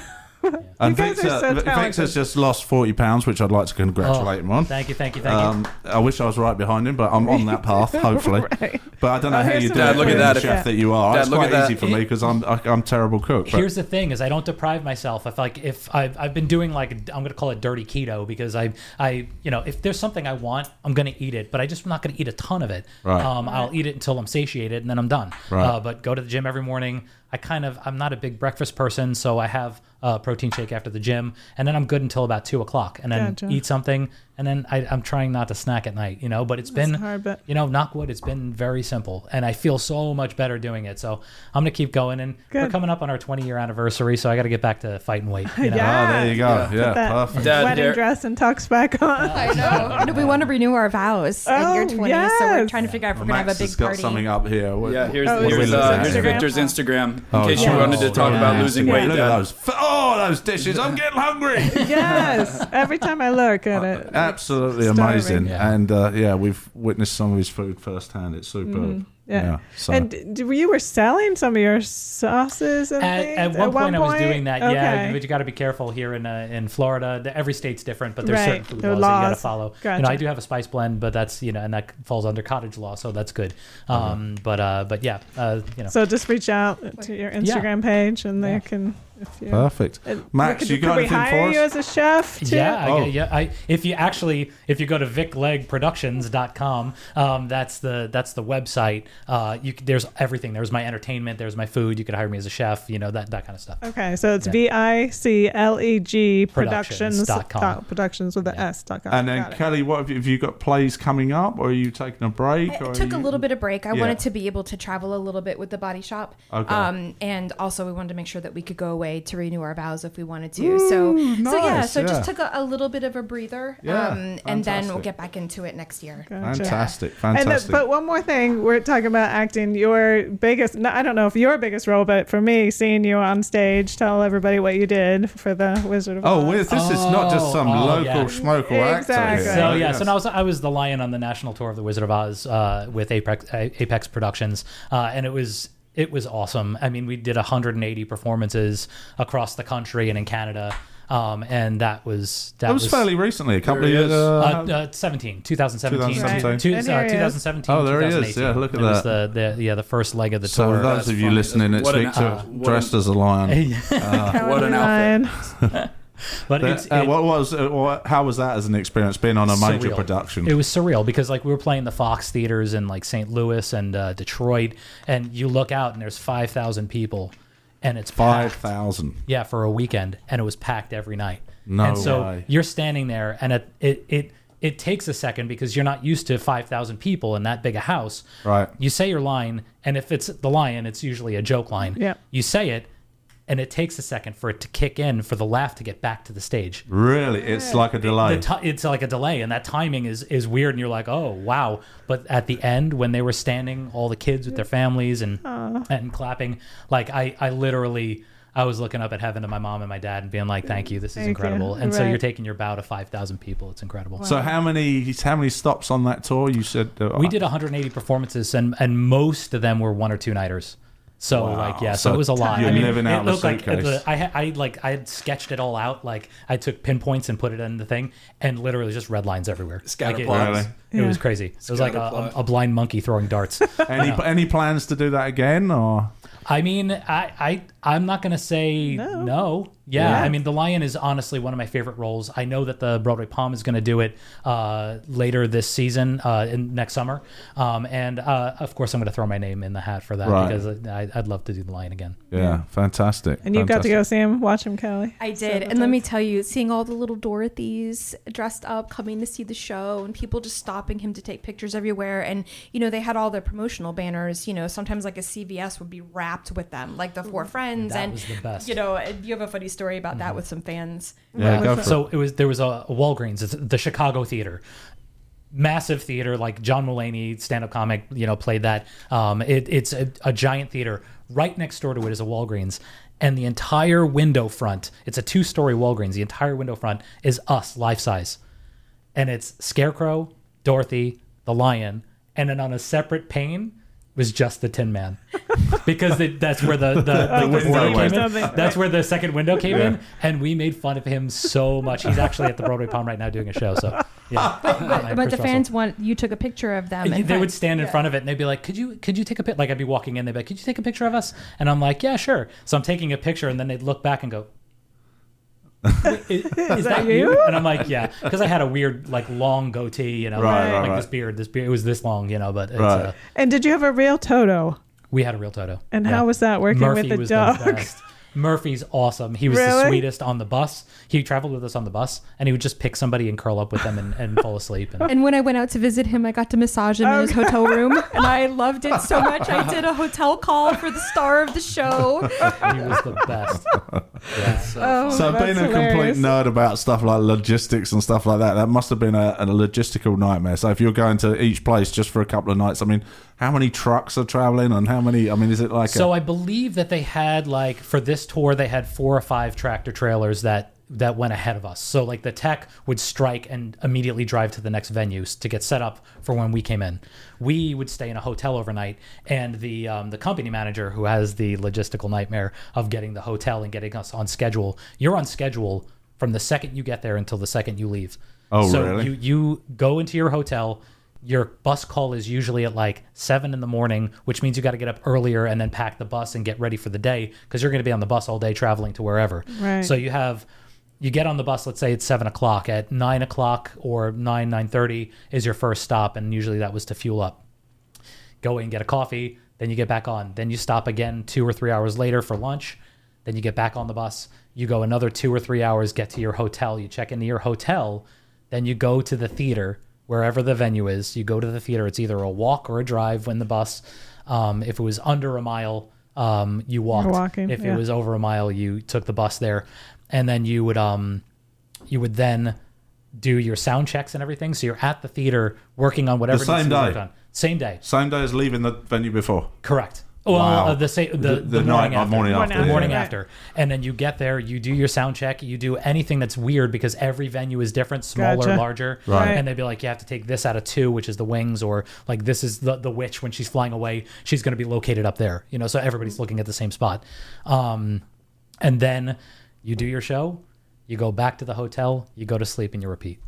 Speaker 1: And
Speaker 4: You guys
Speaker 1: Victor,
Speaker 4: are so
Speaker 1: Vi-
Speaker 4: talented.
Speaker 1: Victor's just lost forty pounds, which I'd like to congratulate him on.
Speaker 3: Oh, Thank you, thank you, thank you.
Speaker 1: Um, I wish I was right behind him, but I'm on that path, hopefully.
Speaker 4: Right.
Speaker 1: But I don't know
Speaker 4: Oh,
Speaker 1: how
Speaker 4: here's
Speaker 1: you do
Speaker 4: some
Speaker 1: it.
Speaker 5: Dad, look at
Speaker 1: being
Speaker 5: that.
Speaker 1: the chef that you are.
Speaker 5: Dad,
Speaker 1: it's
Speaker 5: look
Speaker 1: quite
Speaker 5: at that.
Speaker 1: easy for me because I'm I, I'm terrible cook. But
Speaker 3: Here's the thing: is I don't deprive myself. If like if I've, I've been doing like I'm gonna call it dirty keto because I I you know if there's something I want I'm gonna eat it, but I just am not gonna eat a ton of it.
Speaker 1: Right.
Speaker 3: Um, I'll eat it until I'm satiated and then I'm done.
Speaker 1: Right.
Speaker 3: Uh, but go to the gym every morning. I kind of I'm not a big breakfast person, so I have a protein shake after the gym, and then I'm good until about two o'clock, and then
Speaker 4: Gotcha.
Speaker 3: eat something, and then I, I'm trying not to snack at night. You know, but it's been
Speaker 4: hard, but-
Speaker 3: you know knock wood, it's been very simple, and I feel so much better doing it. So I'm gonna keep going, and we're
Speaker 4: Good.
Speaker 3: coming up on our 20 year anniversary, so I got to get back to fighting weight. You know?
Speaker 4: Yeah.
Speaker 1: oh, there you go. Yeah,
Speaker 4: that-
Speaker 1: perfect.
Speaker 5: Dad,
Speaker 4: wedding
Speaker 5: there-
Speaker 4: dress and tux back on.
Speaker 2: I know. No, we want to renew our vows in your
Speaker 4: Oh,
Speaker 2: 20s, so we're
Speaker 4: yes.
Speaker 2: trying to figure out if we're going to
Speaker 1: Max
Speaker 2: have a
Speaker 1: has
Speaker 2: big
Speaker 1: got
Speaker 2: party.
Speaker 1: something up here. What-
Speaker 5: Yeah, here's,
Speaker 4: Oh,
Speaker 5: here's,
Speaker 4: it's
Speaker 5: uh,
Speaker 1: Instagram.
Speaker 5: here's Victor's Instagram in case
Speaker 1: Oh,
Speaker 5: you
Speaker 3: Oh, yeah.
Speaker 5: wanted to talk
Speaker 3: Yeah.
Speaker 5: about losing
Speaker 1: Instagram.
Speaker 5: weight. uh,
Speaker 1: Look
Speaker 5: Dad.
Speaker 1: at those. F- Oh, those dishes. I'm getting hungry.
Speaker 4: yes, every time I look at it.
Speaker 1: Uh, Absolutely
Speaker 4: Starving.
Speaker 1: amazing.
Speaker 3: Yeah.
Speaker 1: And uh, yeah, we've witnessed some of his food firsthand. It's superb.
Speaker 4: Mm-hmm. Yeah.
Speaker 1: so.
Speaker 4: And uh, d- d- you were selling some of your sauces and
Speaker 3: At,
Speaker 4: things
Speaker 3: at one point, I was doing that. Yeah,
Speaker 4: Okay.
Speaker 3: but you got to be careful here in uh, in Florida. The- Every state's different, but there's certain
Speaker 4: Right.
Speaker 3: food
Speaker 4: There are
Speaker 3: laws, that you got
Speaker 4: laws.
Speaker 3: to follow. You
Speaker 4: Gotcha.
Speaker 3: know, I do have a spice blend, but that's you know, and that falls under cottage law, so that's good. Um, but uh, but yeah, uh, you know,
Speaker 4: So just reach out to your Instagram page and
Speaker 3: Yeah.
Speaker 4: they can. If you,
Speaker 1: Perfect.
Speaker 4: And
Speaker 1: Max,
Speaker 4: could-
Speaker 1: you got
Speaker 4: could we
Speaker 1: anything
Speaker 4: hire
Speaker 1: for us?
Speaker 4: you as a chef too?
Speaker 3: Yeah, I,
Speaker 1: Oh.
Speaker 3: yeah. I, if you actually, if you go to viclegproductions.com, um, that's the that's the website. Uh, you c- there's everything. There's my entertainment. There's my food. You could hire me as a chef. You know that that kind of stuff.
Speaker 4: Okay, so it's V I C L E G
Speaker 3: Productions
Speaker 4: productions
Speaker 3: dot com.
Speaker 4: dot- productions with the S dot com.
Speaker 1: And then
Speaker 4: Got it.
Speaker 1: Kelly, what have you, have you got plays coming up, or are you taking a break?
Speaker 2: I
Speaker 1: or are
Speaker 2: took a
Speaker 1: you-
Speaker 2: little bit of break. I
Speaker 1: Yeah.
Speaker 2: wanted to be able to travel a little bit with the body shop.
Speaker 1: Okay.
Speaker 2: Um, and also we wanted to make sure that we could go away to renew our vows if we wanted to. so, so yeah,
Speaker 1: nice,
Speaker 2: so
Speaker 1: yeah.
Speaker 2: just took a, a little bit of a breather. um,
Speaker 1: Yeah,
Speaker 2: and then we'll
Speaker 1: fantastic.
Speaker 2: get back into it next year.
Speaker 4: Gotcha.
Speaker 1: Fantastic,
Speaker 4: And the,
Speaker 1: fantastic.
Speaker 4: but one more thing, we're talking about acting. Your biggest, no, I don't know if your biggest role, but for me, seeing you on stage, tell everybody what you did for the Wizard of
Speaker 1: Oh,
Speaker 4: Oz.
Speaker 1: well, this is not just some
Speaker 3: Oh, oh,
Speaker 1: local
Speaker 3: yeah.
Speaker 1: schmokel actor.
Speaker 4: Exactly.
Speaker 1: here.
Speaker 3: So
Speaker 4: Right,
Speaker 3: yeah, so now I was, I was the lion on the national tour of the Wizard of Oz uh, with Apex Apex Productions, uh, and it was it was awesome. I mean, we did 180 performances across the country and in Canada, um, and that was that,
Speaker 1: That was fairly recently, a couple of years.
Speaker 5: is.
Speaker 3: uh,
Speaker 1: Uh,
Speaker 3: uh, 17, 2017,
Speaker 1: 2017.
Speaker 3: Two,
Speaker 4: Right. And
Speaker 3: uh,
Speaker 4: here he is.
Speaker 3: 2017.
Speaker 1: Oh, there he is.
Speaker 3: 2018.
Speaker 1: Yeah, look at
Speaker 3: It was
Speaker 1: that.
Speaker 3: the, the yeah the first leg of the
Speaker 1: so
Speaker 3: tour.
Speaker 1: those
Speaker 5: that's
Speaker 1: of you
Speaker 5: funny.
Speaker 1: listening, it's
Speaker 5: What an-
Speaker 1: Victor
Speaker 5: uh, what
Speaker 1: dressed
Speaker 5: an-
Speaker 1: as a lion.
Speaker 5: What an outfit.
Speaker 4: Lion.
Speaker 3: but
Speaker 1: But,
Speaker 3: it's,
Speaker 1: uh,
Speaker 3: it-
Speaker 1: what was? Uh, what, how was that as an experience being on a major
Speaker 3: surreal.
Speaker 1: production?
Speaker 3: It was surreal because like we were playing the Fox theaters in like St. Louis and uh, Detroit, and you look out and there's five thousand people, and it's
Speaker 1: Five
Speaker 3: packed.
Speaker 1: thousand.
Speaker 3: Yeah, for a weekend, and it was packed every night.
Speaker 1: No
Speaker 3: and so
Speaker 1: way.
Speaker 3: you're standing there, and it it, it it takes a second because you're not used to 5,000 people in that big a house.
Speaker 1: Right.
Speaker 3: You say your line, and if it's the lion, it's usually a joke line.
Speaker 4: Yeah.
Speaker 3: You say it, and it takes a second for it to kick in for the laugh to get back to the stage.
Speaker 1: Really, it's like a delay.
Speaker 3: The ti it's like a delay, and that timing is is weird. And you're like, oh wow! But at the end, when they were standing, all the kids with their families and
Speaker 4: Uh.
Speaker 3: and clapping, like I I literally I was looking up at heaven to my mom and my dad and being like, thank you, this is
Speaker 4: Thank you.
Speaker 3: incredible. And so
Speaker 4: Right.
Speaker 3: you're taking your bow to five thousand people. It's incredible.
Speaker 1: so how many how many stops on that tour? You said uh,
Speaker 3: we did 180 performances, and and most of them were one or two nighters. So like yeah, so,
Speaker 1: So
Speaker 3: it was a lot.
Speaker 1: you're
Speaker 3: I mean,
Speaker 1: living out
Speaker 3: it
Speaker 1: of a
Speaker 3: looked like
Speaker 1: suitcase.
Speaker 3: the- I had, I like I had sketched it all out. Like I took pinpoints and put it in the thing, and literally just red lines everywhere.
Speaker 5: Scatter
Speaker 3: like, it,
Speaker 5: plots.
Speaker 1: Really?
Speaker 3: it was
Speaker 4: Yeah.
Speaker 3: crazy. It was like a,
Speaker 5: Scatter
Speaker 3: a,
Speaker 5: plot.
Speaker 3: a blind monkey throwing darts.
Speaker 1: any any plans to do that again or
Speaker 3: I mean, I, I I'm not gonna say no.
Speaker 4: No.
Speaker 3: Yeah, I mean, the lion is honestly one of my favorite roles. I know that the Broadway Palm is gonna do it uh, later this season, uh, in next summer, um, and uh, of course, I'm gonna throw my name in the hat for that
Speaker 1: Right.
Speaker 3: because I, I'd love to do the lion again.
Speaker 1: yeah, fantastic.
Speaker 4: And you got to
Speaker 1: fantastic.
Speaker 4: go see him, watch him, Kelly.
Speaker 2: I did. And let me tell you, seeing all the little Dorothys dressed up coming to see the show and people just stopping him to take pictures everywhere. And, you know, they had all their promotional banners. You know, sometimes like a CVS would be wrapped with them, like the four friends.
Speaker 3: That
Speaker 2: and,
Speaker 3: was the best. Mm-hmm.
Speaker 2: you know, and you have a funny story about that with some fans.
Speaker 1: Yeah, go for it.
Speaker 3: so it was there was a, a Walgreens, it's the Chicago theater, massive theater. Like John Mulaney, stand-up comic, you know, played that. Um, it, it's a, a giant theater. Right next door to it is a Walgreens, and the entire window front. It's a two-story Walgreens. The entire window front is us, life size, and it's Scarecrow, Dorothy, the Lion, and then on a separate pane was just the Tin Man, because it, that's where the the, the,
Speaker 1: window
Speaker 3: border
Speaker 1: went.
Speaker 3: came in. That's where the second window came in, and we made fun of him so much. He's actually at the Broadway Palm right now doing a show. So, yeah.
Speaker 2: But, but the fans want you took a picture of them.
Speaker 3: They
Speaker 2: and
Speaker 3: would stand in front of it and they'd be like, "Could you could you take a pic?" Like I'd be walking in, they'd be like, "Could you take a picture of us?" And I'm like, "Yeah, sure." So I'm taking a picture, and then they'd look back and go, "Is, is that you?" And I'm like, "Yeah," because I had a weird like long goatee, you know,
Speaker 1: Right, right,
Speaker 3: like
Speaker 1: right.
Speaker 3: this beard. This beard it was this long, you know. But it's,
Speaker 1: Right.
Speaker 3: uh,
Speaker 4: And did you have a real Toto?
Speaker 3: we had a real Toto.
Speaker 4: And
Speaker 3: Yeah.
Speaker 4: how was that working
Speaker 3: Murphy
Speaker 4: with the
Speaker 3: was
Speaker 4: dog?
Speaker 3: the best. Murphy's awesome. He was the
Speaker 4: Really?
Speaker 3: sweetest on the bus. He traveled with us on the bus, and he would just pick somebody and curl up with them and, and fall asleep. And
Speaker 2: And when I went out to visit him, I got to massage him in
Speaker 3: Oh,
Speaker 2: his hotel room, and I loved it so much. I did a hotel call for the star of the show.
Speaker 3: he was the best.
Speaker 5: So
Speaker 4: Oh,
Speaker 1: So
Speaker 4: that's
Speaker 1: being a
Speaker 4: hilarious.
Speaker 1: complete nerd about stuff like logistics and stuff like that, that must have been a, a logistical nightmare. So if you're going to each place just for a couple of nights, I mean, how many trucks are traveling and how many? I mean, is it like
Speaker 3: So
Speaker 1: a,
Speaker 3: I believe that they had like for this tour they had four or five tractor trailers that that went ahead of us. So like the tech would strike and immediately drive to the next venues to get set up for when we came in. We would stay in a hotel overnight, and the um, the company manager who has the logistical nightmare of getting the hotel and getting us on schedule. You're on schedule from the second you get there until the second you leave.
Speaker 1: Oh,
Speaker 3: so
Speaker 1: really?
Speaker 3: You you go into your hotel your bus call is usually at like seven in the morning which means you got to get up earlier and then pack the bus and get ready for the day because you're going to be on the bus all day traveling to wherever
Speaker 4: Right.
Speaker 3: so you have you get on the bus let's say it's seven o'clock at nine o'clock or nine nine thirty is your first stop and usually that was to fuel up go and get a coffee then you get back on then you stop again two or three hours later for lunch then you get back on the bus you go another two or three hours get to your hotel you check into your hotel then you go to the theater wherever the venue is you go to the theater it's either a walk or a drive when the bus um, if it was under a mile um, you walked
Speaker 4: walking,
Speaker 3: if it
Speaker 4: yeah.
Speaker 3: was over a mile you took the bus there and then you would um, you would then do your sound checks and everything so you're at the theater working on whatever
Speaker 1: same
Speaker 3: needs to be
Speaker 1: day?
Speaker 3: worked on. same day
Speaker 1: same day as leaving the venue before?
Speaker 3: Correct. Well,
Speaker 1: Wow.
Speaker 3: uh, the, sa- the,
Speaker 1: The-
Speaker 3: the,
Speaker 1: the
Speaker 3: morning
Speaker 1: night-
Speaker 3: after.
Speaker 1: morning
Speaker 4: Morning after,
Speaker 3: The morning
Speaker 4: yeah.
Speaker 3: after. And then you get there, you do your sound check, you do anything that's weird because every venue is different, smaller,
Speaker 4: Gotcha.
Speaker 3: larger.
Speaker 4: Right.
Speaker 3: And they'd be like, you have to take this out of two, which is the wings, or like this is the, the witch when she's flying away. She's going to be located up there, you know, so everybody's looking at the same spot. Um, and then you do your show, you go back to the hotel, you go to sleep, and you repeat.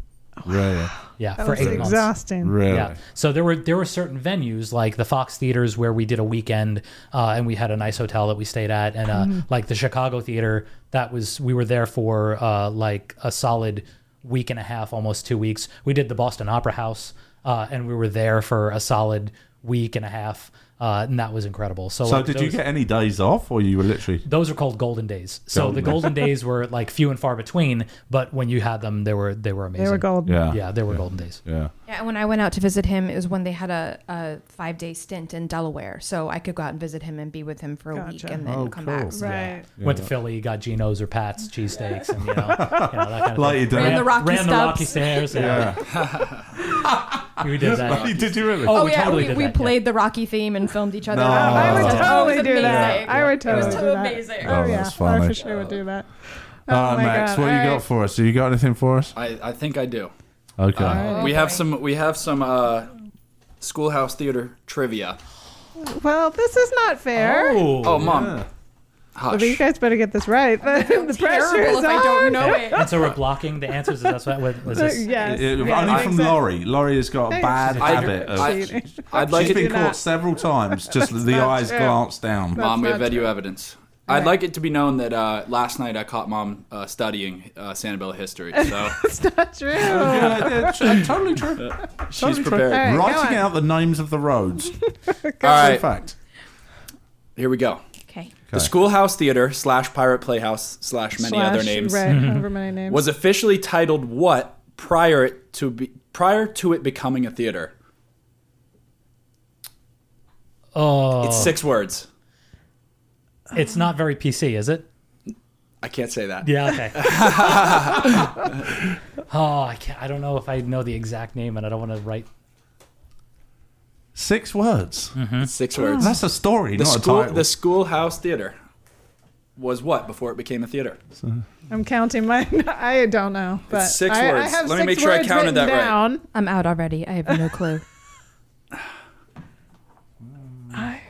Speaker 1: Really,
Speaker 3: Yeah,
Speaker 4: That
Speaker 3: for
Speaker 4: was
Speaker 3: eight months.
Speaker 4: exhausting.
Speaker 1: really.
Speaker 3: Yeah. So there were there were certain venues like the Fox Theaters where we did a weekend uh, and we had a nice hotel that we stayed at, and uh,
Speaker 1: Mm-hmm.
Speaker 3: like the Chicago Theater that was we were there for uh, like a solid week and a half, almost two weeks. We did the Boston Opera House uh, and we were there for a solid week and a half. uh, and that was incredible. So,
Speaker 1: So
Speaker 3: like,
Speaker 1: did you
Speaker 3: those-
Speaker 1: get any days off, or you were literally?
Speaker 3: those are called golden days. So
Speaker 1: Golden
Speaker 3: the
Speaker 1: days.
Speaker 3: golden days were like few and far between, but when you had them, they were they were amazing.
Speaker 4: They were golden.
Speaker 1: Yeah.
Speaker 3: Yeah, they were golden days.
Speaker 1: Yeah.
Speaker 2: Yeah, and when I went out to visit him, it was when they had a, a five day stint in Delaware, so I could go out and visit him and be with him for a week
Speaker 4: Gotcha.
Speaker 2: and then
Speaker 1: Oh,
Speaker 2: come
Speaker 1: cool.
Speaker 2: back. So-
Speaker 4: Right.
Speaker 3: Went to Philly, got Geno's or Pat's cheesesteaks, and you know, you know that kind of
Speaker 1: Like
Speaker 3: thing.
Speaker 1: you do.
Speaker 2: Ran the Rocky
Speaker 3: ran the Rocky
Speaker 2: Steps.
Speaker 3: stairs. Yeah, we did that.
Speaker 1: Did you really?
Speaker 3: Oh,
Speaker 2: Oh,
Speaker 3: we
Speaker 2: yeah,
Speaker 3: totally
Speaker 2: we,
Speaker 3: did
Speaker 2: we
Speaker 3: that, yeah.
Speaker 2: played the Rocky theme and filmed each other.
Speaker 1: No.
Speaker 2: out.
Speaker 1: I would
Speaker 2: Oh, it was
Speaker 4: totally do that.
Speaker 2: amazing.
Speaker 4: I would
Speaker 2: It was
Speaker 4: totally
Speaker 2: so
Speaker 4: do that.
Speaker 2: amazing.
Speaker 1: Oh,
Speaker 4: Oh, yeah.
Speaker 1: that's funny.
Speaker 4: I for sure would do that. Oh,
Speaker 1: All right,
Speaker 4: my
Speaker 1: Max,
Speaker 4: God.
Speaker 1: what
Speaker 4: All
Speaker 1: you got
Speaker 4: right.
Speaker 1: for us? You got anything for us?
Speaker 5: I, I think I do.
Speaker 1: Okay.
Speaker 5: Uh, we
Speaker 2: boy.
Speaker 5: have some we have some uh, schoolhouse theater trivia.
Speaker 4: Well, this is not fair.
Speaker 5: Oh, mom,
Speaker 1: yeah.
Speaker 5: hush.
Speaker 4: But you guys better get this right. the pressure
Speaker 2: Terrible if
Speaker 4: is on.
Speaker 2: I don't know it.
Speaker 3: and so we're blocking the answers. Is that what was
Speaker 4: Uh,
Speaker 3: this?
Speaker 4: yes.
Speaker 1: It-
Speaker 4: Yeah,
Speaker 1: only from
Speaker 4: that makes sense.
Speaker 1: Laurie. Laurie has got a
Speaker 4: Thanks.
Speaker 1: bad
Speaker 5: I-
Speaker 1: habit of.
Speaker 5: I-
Speaker 4: Cheating.
Speaker 5: I'd like
Speaker 1: she's
Speaker 5: it
Speaker 1: been
Speaker 5: to
Speaker 4: do
Speaker 1: caught
Speaker 4: that.
Speaker 1: several times, just the
Speaker 4: not
Speaker 1: eyes
Speaker 4: true.
Speaker 1: glance down.
Speaker 4: That's
Speaker 5: mom, we
Speaker 4: not
Speaker 5: have video
Speaker 4: true.
Speaker 5: evidence.
Speaker 4: Right.
Speaker 5: I'd like it to be known that uh, last night I caught mom uh, studying uh, Sanibel history, so
Speaker 4: It's not true.
Speaker 1: Yeah, yeah, totally true.
Speaker 5: she's
Speaker 1: Totally
Speaker 5: prepared.
Speaker 4: All right, go
Speaker 1: Writing
Speaker 4: on.
Speaker 1: out the names of the roads.
Speaker 5: All
Speaker 1: In
Speaker 5: right,
Speaker 1: fact,
Speaker 5: here we go.
Speaker 2: Okay.
Speaker 5: The
Speaker 1: Okay.
Speaker 5: Schoolhouse Theater slash Pirate Playhouse slash many
Speaker 4: Slash,
Speaker 5: other names
Speaker 4: Right, however many names.
Speaker 5: was officially titled what prior it to be prior to it becoming a theater?
Speaker 3: Oh,
Speaker 5: It's
Speaker 3: it's,
Speaker 5: six words.
Speaker 3: not very PC, is it?
Speaker 5: I can't say that.
Speaker 3: Yeah. Okay. oh, I can't. I don't know if I know the exact name, and I don't want to write.
Speaker 1: six words.
Speaker 5: It's six words.
Speaker 1: That's a story,
Speaker 5: The
Speaker 1: not a
Speaker 5: school,
Speaker 1: title.
Speaker 5: the schoolhouse theater, was what before it became a theater?
Speaker 4: I'm counting mine. I don't know. But
Speaker 5: six
Speaker 4: I, I
Speaker 5: words.
Speaker 4: have
Speaker 5: Let me
Speaker 4: six
Speaker 5: make sure I
Speaker 4: words
Speaker 5: counted
Speaker 4: written
Speaker 5: that right.
Speaker 4: down.
Speaker 2: I'm out already. I have no clue. I,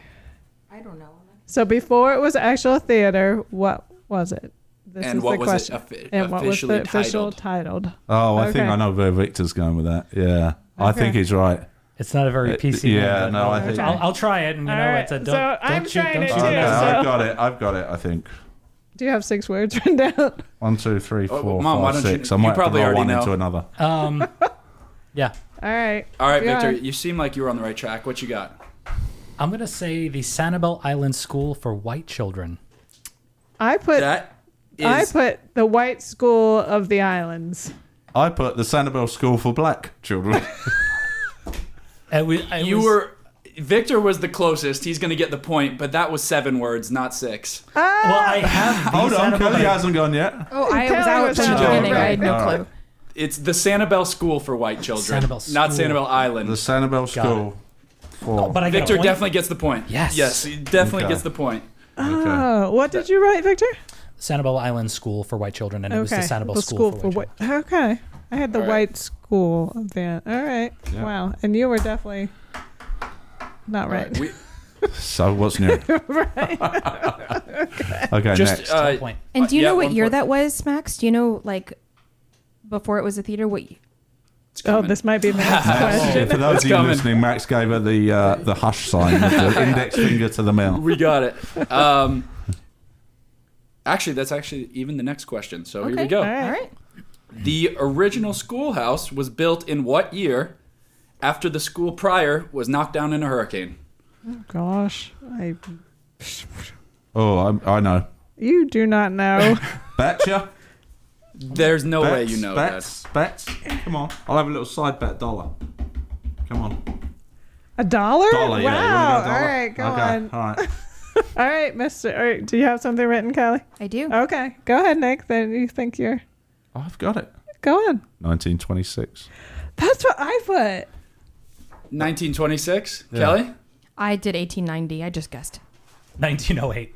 Speaker 2: I don't know.
Speaker 4: So before it was actual theater, what was it? This
Speaker 5: And
Speaker 4: is
Speaker 5: what
Speaker 4: the
Speaker 5: was it
Speaker 4: question.
Speaker 5: offi-
Speaker 4: and what was
Speaker 5: officially
Speaker 4: the official titled?
Speaker 1: oh, I think
Speaker 4: Okay.
Speaker 1: I know where Victor's going with that. Yeah, I
Speaker 4: Okay.
Speaker 1: think he's right.
Speaker 3: It's not a very
Speaker 1: Uh,
Speaker 3: PC.
Speaker 1: yeah,
Speaker 3: name, but
Speaker 1: no, I
Speaker 3: I'll,
Speaker 1: think-
Speaker 3: I'll, I'll try it, and you
Speaker 4: All
Speaker 3: know,
Speaker 4: right,
Speaker 3: it's a don't,
Speaker 4: so
Speaker 3: don't
Speaker 4: I'm
Speaker 3: shoot,
Speaker 4: trying
Speaker 3: don't
Speaker 4: it
Speaker 3: shoot
Speaker 4: too,
Speaker 1: Okay,
Speaker 3: messenger.
Speaker 4: so-
Speaker 1: Oh, I've got it. I've got it. I think
Speaker 4: Do you have six words written down?
Speaker 1: one, two, three, four, five, six.
Speaker 5: Oh, Mom, why don't you-
Speaker 1: I
Speaker 5: you
Speaker 1: might have to
Speaker 5: probably
Speaker 1: roll
Speaker 5: already
Speaker 1: one
Speaker 5: know.
Speaker 1: into another.
Speaker 3: Um, yeah,
Speaker 4: All right.
Speaker 5: All right,
Speaker 4: Yeah.
Speaker 5: Victor, you seem like you were on the right track. What you got?
Speaker 3: I'm gonna say the Sanibel Island School for White Children.
Speaker 4: I put
Speaker 5: That is
Speaker 4: I put the white school of the islands.
Speaker 1: I put the Sanibel School for Black Children.
Speaker 3: It was, it
Speaker 5: you
Speaker 3: was-
Speaker 5: were. Victor was the closest. He's going to get the point, but that was seven words, not six.
Speaker 3: Well, I
Speaker 5: Ah!
Speaker 3: have. the
Speaker 1: Hold on,
Speaker 3: Sanibel-
Speaker 1: Kelly hasn't gone yet.
Speaker 2: Oh, I
Speaker 4: Kelly
Speaker 2: was out
Speaker 4: was
Speaker 2: from the
Speaker 4: out.
Speaker 2: beginning. I
Speaker 5: Okay.
Speaker 2: had no
Speaker 1: All right.
Speaker 2: clue.
Speaker 5: It's the Sanibel School for white children,
Speaker 3: Sanibel
Speaker 5: not
Speaker 3: School.
Speaker 5: Sanibel Island.
Speaker 1: The Sanibel School for.
Speaker 3: But I get a
Speaker 5: Victor
Speaker 3: point.
Speaker 5: definitely gets the point.
Speaker 3: Yes.
Speaker 5: Yes, he definitely
Speaker 1: Okay.
Speaker 5: gets the point.
Speaker 1: okay.
Speaker 4: Oh, what did you write, Victor?
Speaker 3: Sanibel Island School for white children, and it was the
Speaker 4: Okay.
Speaker 3: Sanibel
Speaker 4: The
Speaker 3: School, for white.
Speaker 4: white. Okay. I had the
Speaker 5: All right.
Speaker 4: white school of the. All right.
Speaker 1: Yeah.
Speaker 4: Wow. And you were definitely not
Speaker 5: All right,
Speaker 4: right.
Speaker 5: we-
Speaker 1: So what's new? Okay,
Speaker 5: just
Speaker 1: next.
Speaker 5: uh,
Speaker 3: children. point.
Speaker 2: And
Speaker 5: Uh,
Speaker 2: do you
Speaker 5: yeah,
Speaker 2: know what
Speaker 5: one
Speaker 2: year
Speaker 5: point.
Speaker 2: that was, Max? Do you know, like, before it was a theater, what? y-
Speaker 5: it's
Speaker 4: Oh,
Speaker 5: coming.
Speaker 4: this might be the next question.
Speaker 1: For those of you
Speaker 5: coming.
Speaker 1: listening, Max gave her the uh, the hush sign, with the index finger to the mouth.
Speaker 5: we got it. Um, actually, that's actually even the next question. So here we
Speaker 2: Okay.
Speaker 5: go.
Speaker 4: right.
Speaker 2: All right.
Speaker 5: The original schoolhouse was built in what year? After the school prior was knocked down in a hurricane. Oh.
Speaker 4: Gosh, I,
Speaker 1: Oh, I, I know.
Speaker 4: you do not know.
Speaker 1: Betcha.
Speaker 5: There's no
Speaker 1: Bets,
Speaker 5: way you know
Speaker 1: bets, bets. Come on, I'll have a little side bet dollar. Come on,
Speaker 4: A dollar?
Speaker 1: dollar.
Speaker 4: wow.
Speaker 1: Yeah,
Speaker 4: All right, go on.
Speaker 1: All right.
Speaker 4: All right, Mister. All right, do you have something written, Callie?
Speaker 2: I do.
Speaker 4: Okay, go ahead, Nick. Then you think you're.
Speaker 5: Oh,
Speaker 1: I've got it.
Speaker 4: Go on.
Speaker 1: 1926.
Speaker 4: That's what I put.
Speaker 5: that. 1926,
Speaker 1: Yeah.
Speaker 5: Kelly?
Speaker 2: I did 1890. I just guessed.
Speaker 3: 1908.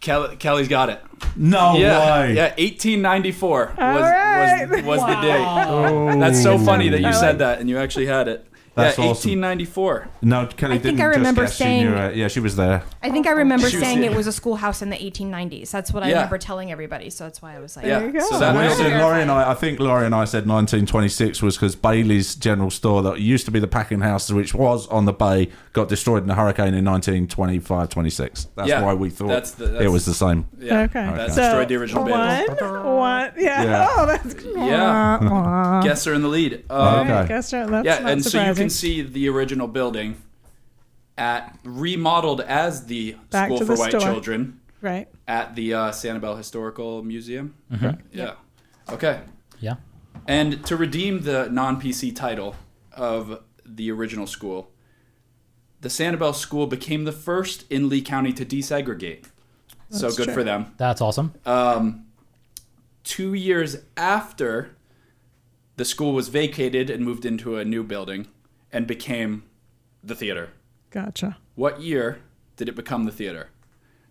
Speaker 5: Kelly. Kelly's got it.
Speaker 1: No
Speaker 5: yeah,
Speaker 1: way.
Speaker 5: yeah. 1894 was
Speaker 4: right.
Speaker 5: was, was the date. That's so funny that you said that and you actually had it.
Speaker 1: Oh. That's
Speaker 5: yeah,
Speaker 1: awesome.
Speaker 5: 1894.
Speaker 1: No, Kelly
Speaker 2: I
Speaker 1: didn't.
Speaker 2: think I remember
Speaker 1: just guess. She knew
Speaker 2: saying-
Speaker 1: it. Yeah, she was there.
Speaker 2: I think I remember
Speaker 5: Oh. She was
Speaker 2: saying
Speaker 5: here.
Speaker 2: it was a schoolhouse in the 1890s. That's what I
Speaker 5: Yeah.
Speaker 2: remember telling everybody. So that's why I was like,
Speaker 5: Yeah.
Speaker 4: There you go.
Speaker 5: So
Speaker 1: So
Speaker 5: that
Speaker 1: we
Speaker 4: Wow.
Speaker 5: was
Speaker 1: said Laurie and I, I think Laurie and I said 1926 was because Bailey's General Store that used to be the packing house, which was on the bay, got destroyed in a hurricane in 1925, 26. That's
Speaker 5: Yeah,
Speaker 1: why we thought
Speaker 5: that's the- that's-
Speaker 1: it was the same.
Speaker 5: yeah.
Speaker 4: Okay.
Speaker 5: That
Speaker 4: So,
Speaker 5: destroyed the original Beatles.
Speaker 4: One, one, yeah.
Speaker 1: Yeah.
Speaker 4: Oh, that's
Speaker 5: Yeah.
Speaker 4: Wah, wah.
Speaker 5: Guests are in the lead. Um,
Speaker 1: Okay.
Speaker 4: I guess that's
Speaker 5: Yeah,
Speaker 4: not
Speaker 5: and so you
Speaker 4: surprising.
Speaker 5: can see the original building at remodeled as the
Speaker 4: Back
Speaker 5: School
Speaker 4: to
Speaker 5: for
Speaker 4: the
Speaker 5: White
Speaker 4: store.
Speaker 5: Children
Speaker 4: Right.
Speaker 5: at the uh, Sanibel Historical Museum.
Speaker 1: Mm-hmm.
Speaker 5: Yeah. Okay.
Speaker 3: Yeah.
Speaker 5: And to redeem the non PC title of the original school, the Sanibel School became the first in Lee County to desegregate. so
Speaker 4: That's
Speaker 5: good
Speaker 4: true.
Speaker 5: for them.
Speaker 3: That's awesome.
Speaker 5: Uh, Two years after the school was vacated and moved into a new building and became the theater.
Speaker 4: Gotcha.
Speaker 5: What year did it become the theater?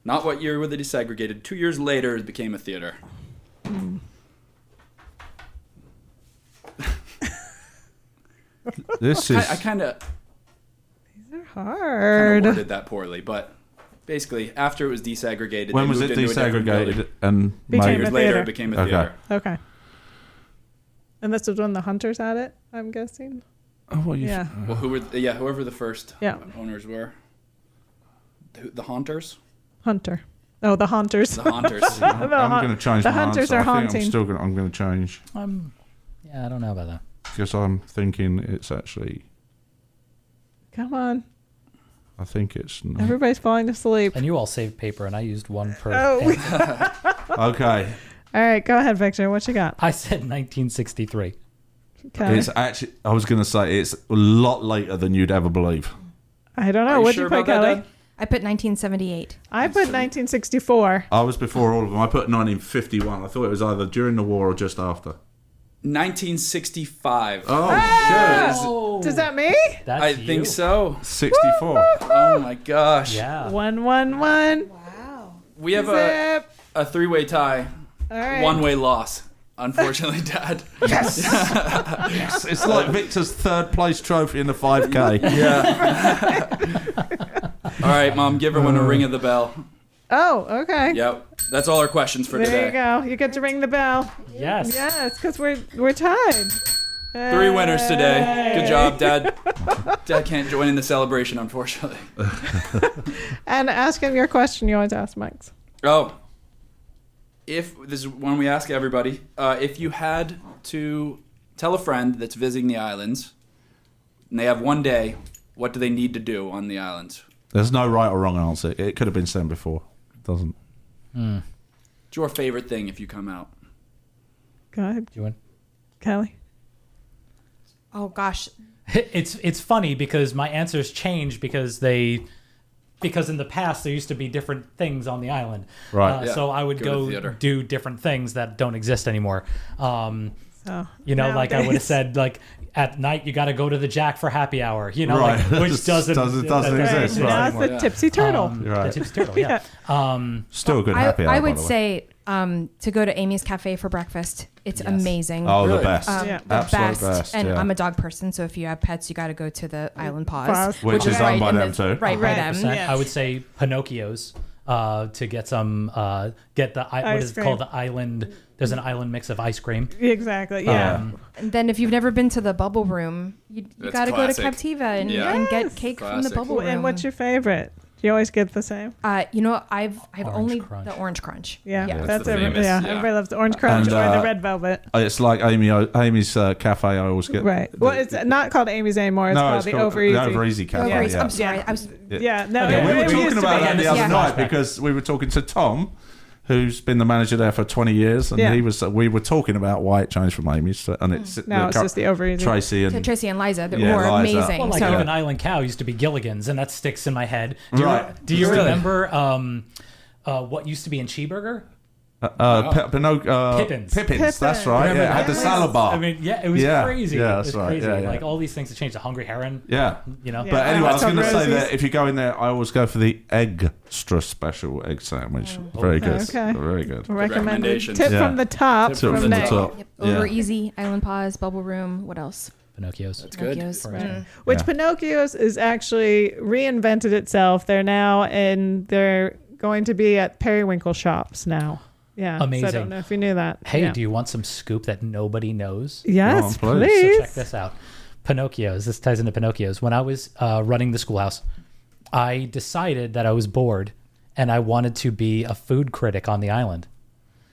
Speaker 5: Not what year were they desegregated. Two years later, it became a theater.
Speaker 1: This
Speaker 5: I,
Speaker 1: is
Speaker 5: I kind of
Speaker 4: These are
Speaker 5: kind
Speaker 4: hard.
Speaker 5: of worded that poorly, but basically, after it was desegregated,
Speaker 1: when
Speaker 5: they
Speaker 1: was it
Speaker 5: moved into a different building.
Speaker 1: desegregated and
Speaker 4: Became
Speaker 1: made
Speaker 5: Years
Speaker 4: a
Speaker 5: later,
Speaker 4: theater.
Speaker 5: it became a
Speaker 1: Okay.
Speaker 5: theater.
Speaker 4: Okay. And this is when the hunters had it, I'm guessing.
Speaker 1: Oh, well, you-
Speaker 4: Yeah.
Speaker 5: Well, who were the, yeah, whoever the first
Speaker 4: Yeah.
Speaker 5: owners were, the, the Haunters,
Speaker 4: Hunter. Oh, the haunters.
Speaker 5: the Haunters.
Speaker 1: I'm,
Speaker 4: The haunt-
Speaker 1: going to change.
Speaker 4: the
Speaker 1: my
Speaker 4: hunters
Speaker 1: answer. I
Speaker 4: are
Speaker 1: think
Speaker 4: haunting.
Speaker 1: I'm still going. I'm going to change
Speaker 3: Um, yeah, I don't know about that.
Speaker 1: because I'm thinking it's actually.
Speaker 4: Come on.
Speaker 1: I think it's not.
Speaker 4: Everybody's falling asleep.
Speaker 3: And you all saved paper, and I used one per.
Speaker 4: Oh.
Speaker 3: answer.
Speaker 1: okay.
Speaker 4: All right, go ahead, Victor. What you got?
Speaker 3: I said 1963.
Speaker 4: Okay.
Speaker 1: It's actually. I was going to say it's a lot later than you'd ever believe.
Speaker 4: I don't know.
Speaker 5: Are you
Speaker 4: What'd
Speaker 5: sure
Speaker 4: you put,
Speaker 5: about that,
Speaker 4: Kelly?
Speaker 5: Dad?
Speaker 2: I put 1978.
Speaker 4: I put 1964.
Speaker 1: I was before all of them. I put 1951. I thought it was either during the war or just after.
Speaker 5: 1965.
Speaker 1: Oh,
Speaker 2: Ah!
Speaker 4: Does that me?
Speaker 3: That's
Speaker 5: I
Speaker 3: you.
Speaker 5: think so.
Speaker 1: shit. 64.
Speaker 5: Oh my gosh.
Speaker 3: Yeah.
Speaker 4: One, one, one.
Speaker 2: Wow.
Speaker 5: We have a,
Speaker 4: Zip.
Speaker 5: a three-way tie,
Speaker 4: All right.
Speaker 5: one-way loss. Unfortunately, Dad.
Speaker 1: It's, it's like Victor's third place trophy in the 5K.
Speaker 5: Yeah. all right, Mom, give
Speaker 1: Uh.
Speaker 5: everyone a ring of the bell.
Speaker 4: Oh, okay.
Speaker 5: Yep. That's all our questions for
Speaker 4: There
Speaker 5: today.
Speaker 4: you go. You get to ring the bell.
Speaker 3: Yes.
Speaker 4: Yes, because we're we're tied. Uh,
Speaker 5: Three winners today. Good
Speaker 4: Hey.
Speaker 5: job, Dad. Dad can't join in the celebration, unfortunately.
Speaker 4: And ask him your question you want to ask Mike's.
Speaker 5: Oh, if this is one we ask everybody, uh, if you had to tell a friend that's visiting the islands, and they have one day, what do they need to do on the islands?
Speaker 1: There's no right or wrong answer. It could have been sent before. It doesn't.
Speaker 5: It's your favorite thing if you come out.
Speaker 4: Go ahead,
Speaker 3: You win.
Speaker 4: Kelly.
Speaker 2: Oh gosh.
Speaker 3: It's it's funny because my answers change because they because in the past there used to be different things on the island.
Speaker 1: Right.
Speaker 3: Uh,
Speaker 5: Yeah.
Speaker 3: So I would
Speaker 5: Go to
Speaker 3: go,
Speaker 5: theater.
Speaker 3: do different things that don't exist anymore. Um,
Speaker 4: So
Speaker 3: you know, like I would
Speaker 4: nowadays-
Speaker 3: have said, like at night you got to go to the Jack for happy hour. You know,
Speaker 1: Right.
Speaker 3: like, which doesn't
Speaker 1: Doesn't- doesn't
Speaker 3: that
Speaker 1: exist,
Speaker 4: Right.
Speaker 1: right.
Speaker 4: Now it's the
Speaker 3: anymore.
Speaker 4: tipsy turtle.
Speaker 3: Um,
Speaker 1: You're right.
Speaker 3: the tipsy turtle, yeah. Um,
Speaker 1: Still a good
Speaker 2: I,
Speaker 1: happy hour. by
Speaker 2: I would
Speaker 1: the way.
Speaker 2: say um, to go to Amy's Cafe for breakfast. It's
Speaker 3: Yes.
Speaker 2: amazing.
Speaker 1: Oh, the
Speaker 5: Really?
Speaker 1: best.
Speaker 2: Um,
Speaker 4: Yeah.
Speaker 2: the
Speaker 1: Absolute
Speaker 2: best.
Speaker 1: best,
Speaker 2: and
Speaker 1: yeah.
Speaker 2: I'm a dog person, so if you have pets, you got to go to the
Speaker 5: Mm.
Speaker 2: Island Paws,
Speaker 4: Paws.
Speaker 1: Which is owned by
Speaker 2: in
Speaker 1: them
Speaker 2: the-
Speaker 1: too.
Speaker 2: Right by them.
Speaker 3: 100%.
Speaker 4: Yes.
Speaker 3: I would say Pinocchio's uh, to get some uh, get the I- what
Speaker 4: Ice
Speaker 3: is it
Speaker 4: cream.
Speaker 3: called the island. There's an island mix of ice cream.
Speaker 4: Exactly. Yeah.
Speaker 1: Um,
Speaker 2: And then if you've never been to the Bubble Room, you, you
Speaker 5: That's
Speaker 2: got to go to
Speaker 5: classic.
Speaker 2: Captiva and,
Speaker 5: Yeah.
Speaker 2: and get cake from the
Speaker 5: Classic.
Speaker 3: Um,
Speaker 2: Bubble
Speaker 4: Well,
Speaker 2: Room.
Speaker 4: and what's your favorite? Do you always get the same?
Speaker 2: Uh, you know, I've I've
Speaker 3: Orange
Speaker 2: only
Speaker 3: Crunch.
Speaker 2: the orange crunch.
Speaker 4: Yeah,
Speaker 5: That's
Speaker 4: that's,
Speaker 5: the
Speaker 4: every-
Speaker 5: famous-
Speaker 4: yeah,
Speaker 5: yeah.
Speaker 4: Everybody loves the orange crunch
Speaker 1: And,
Speaker 4: or
Speaker 1: uh,
Speaker 4: the red velvet.
Speaker 1: it's like Amy. O- Amy's uh, cafe. I always get
Speaker 4: Right.
Speaker 1: the-
Speaker 4: Well, it's not called Amy's anymore. It's
Speaker 1: no,
Speaker 4: called
Speaker 1: it's
Speaker 4: the
Speaker 1: called
Speaker 4: Over Easy.
Speaker 1: the Over Easy cafe.
Speaker 2: Over easy-
Speaker 1: yeah.
Speaker 2: I'm sorry. I was
Speaker 4: Yeah. No.
Speaker 3: Okay,
Speaker 4: it-
Speaker 1: we
Speaker 4: it
Speaker 1: were
Speaker 4: used
Speaker 1: talking
Speaker 4: to
Speaker 1: about
Speaker 4: be.
Speaker 1: that the
Speaker 2: Yeah,
Speaker 1: other
Speaker 2: this is
Speaker 1: night
Speaker 3: flashback.
Speaker 1: because we were talking to Tom, who's been the manager there for 20 years, and
Speaker 4: Yeah.
Speaker 1: he was. We were talking about why it changed from Amy's, so- and it's
Speaker 4: No, it's just the Over Easy.
Speaker 1: Tracy
Speaker 2: to
Speaker 1: and
Speaker 2: Tracy and Liza. They
Speaker 1: Mm. Yeah,
Speaker 2: were
Speaker 1: Liza.
Speaker 2: amazing.
Speaker 3: Well, like
Speaker 2: so
Speaker 3: even Island Cow used to be Gilligan's, and that sticks in my head. Do you,
Speaker 1: Right.
Speaker 3: do you
Speaker 5: Really?
Speaker 3: remember um, uh, what used to be in Cheeseburger?
Speaker 1: uh, Pe- Pinoc- uh,
Speaker 3: Oh. Pippins.
Speaker 1: Pippins, that's right.
Speaker 3: Remember
Speaker 1: Oh, Yeah, had
Speaker 3: that?
Speaker 1: the salad bar.
Speaker 3: I mean, yeah, it was
Speaker 1: Yeah.
Speaker 3: crazy.
Speaker 1: Yeah,
Speaker 3: it was
Speaker 1: that's right.
Speaker 3: crazy.
Speaker 1: Yeah, yeah.
Speaker 3: Like all these things that changed. The Hungry Heron.
Speaker 1: yeah.
Speaker 3: You know.
Speaker 1: But
Speaker 4: Yeah.
Speaker 1: anyway, I was
Speaker 4: Hot
Speaker 1: going to
Speaker 4: dog
Speaker 1: say
Speaker 4: roses.
Speaker 1: that if you go in there, I always go for the extra special egg sandwich.
Speaker 2: Oh.
Speaker 1: Very good.
Speaker 4: Okay.
Speaker 1: Very good.
Speaker 4: Recommended.
Speaker 5: recommendations.
Speaker 4: Tip
Speaker 1: Yeah.
Speaker 4: from the top.
Speaker 5: Tip
Speaker 1: Two
Speaker 5: from
Speaker 1: from the
Speaker 5: there.
Speaker 1: top.
Speaker 2: yep,
Speaker 1: Yeah.
Speaker 2: over easy Island Paws, Bubble Room. What else?
Speaker 3: Pinocchio's.
Speaker 5: It's good.
Speaker 2: Pinocchio's. Mm.
Speaker 4: Which
Speaker 1: Yeah.
Speaker 4: Pinocchio's is actually reinvented itself. They're now in. They're going to be at Periwinkle shops now. Yeah. So I
Speaker 3: Amazing.
Speaker 4: don't know if you knew that.
Speaker 3: Hey,
Speaker 4: yeah.
Speaker 3: do you want some scoop that nobody knows?
Speaker 4: Yes,
Speaker 1: Go on, please.
Speaker 4: please.
Speaker 3: So check this out. Pinocchio's. This ties into Pinocchio's. When I was uh, running the schoolhouse, I decided that I was bored and I wanted to be a food critic on the island.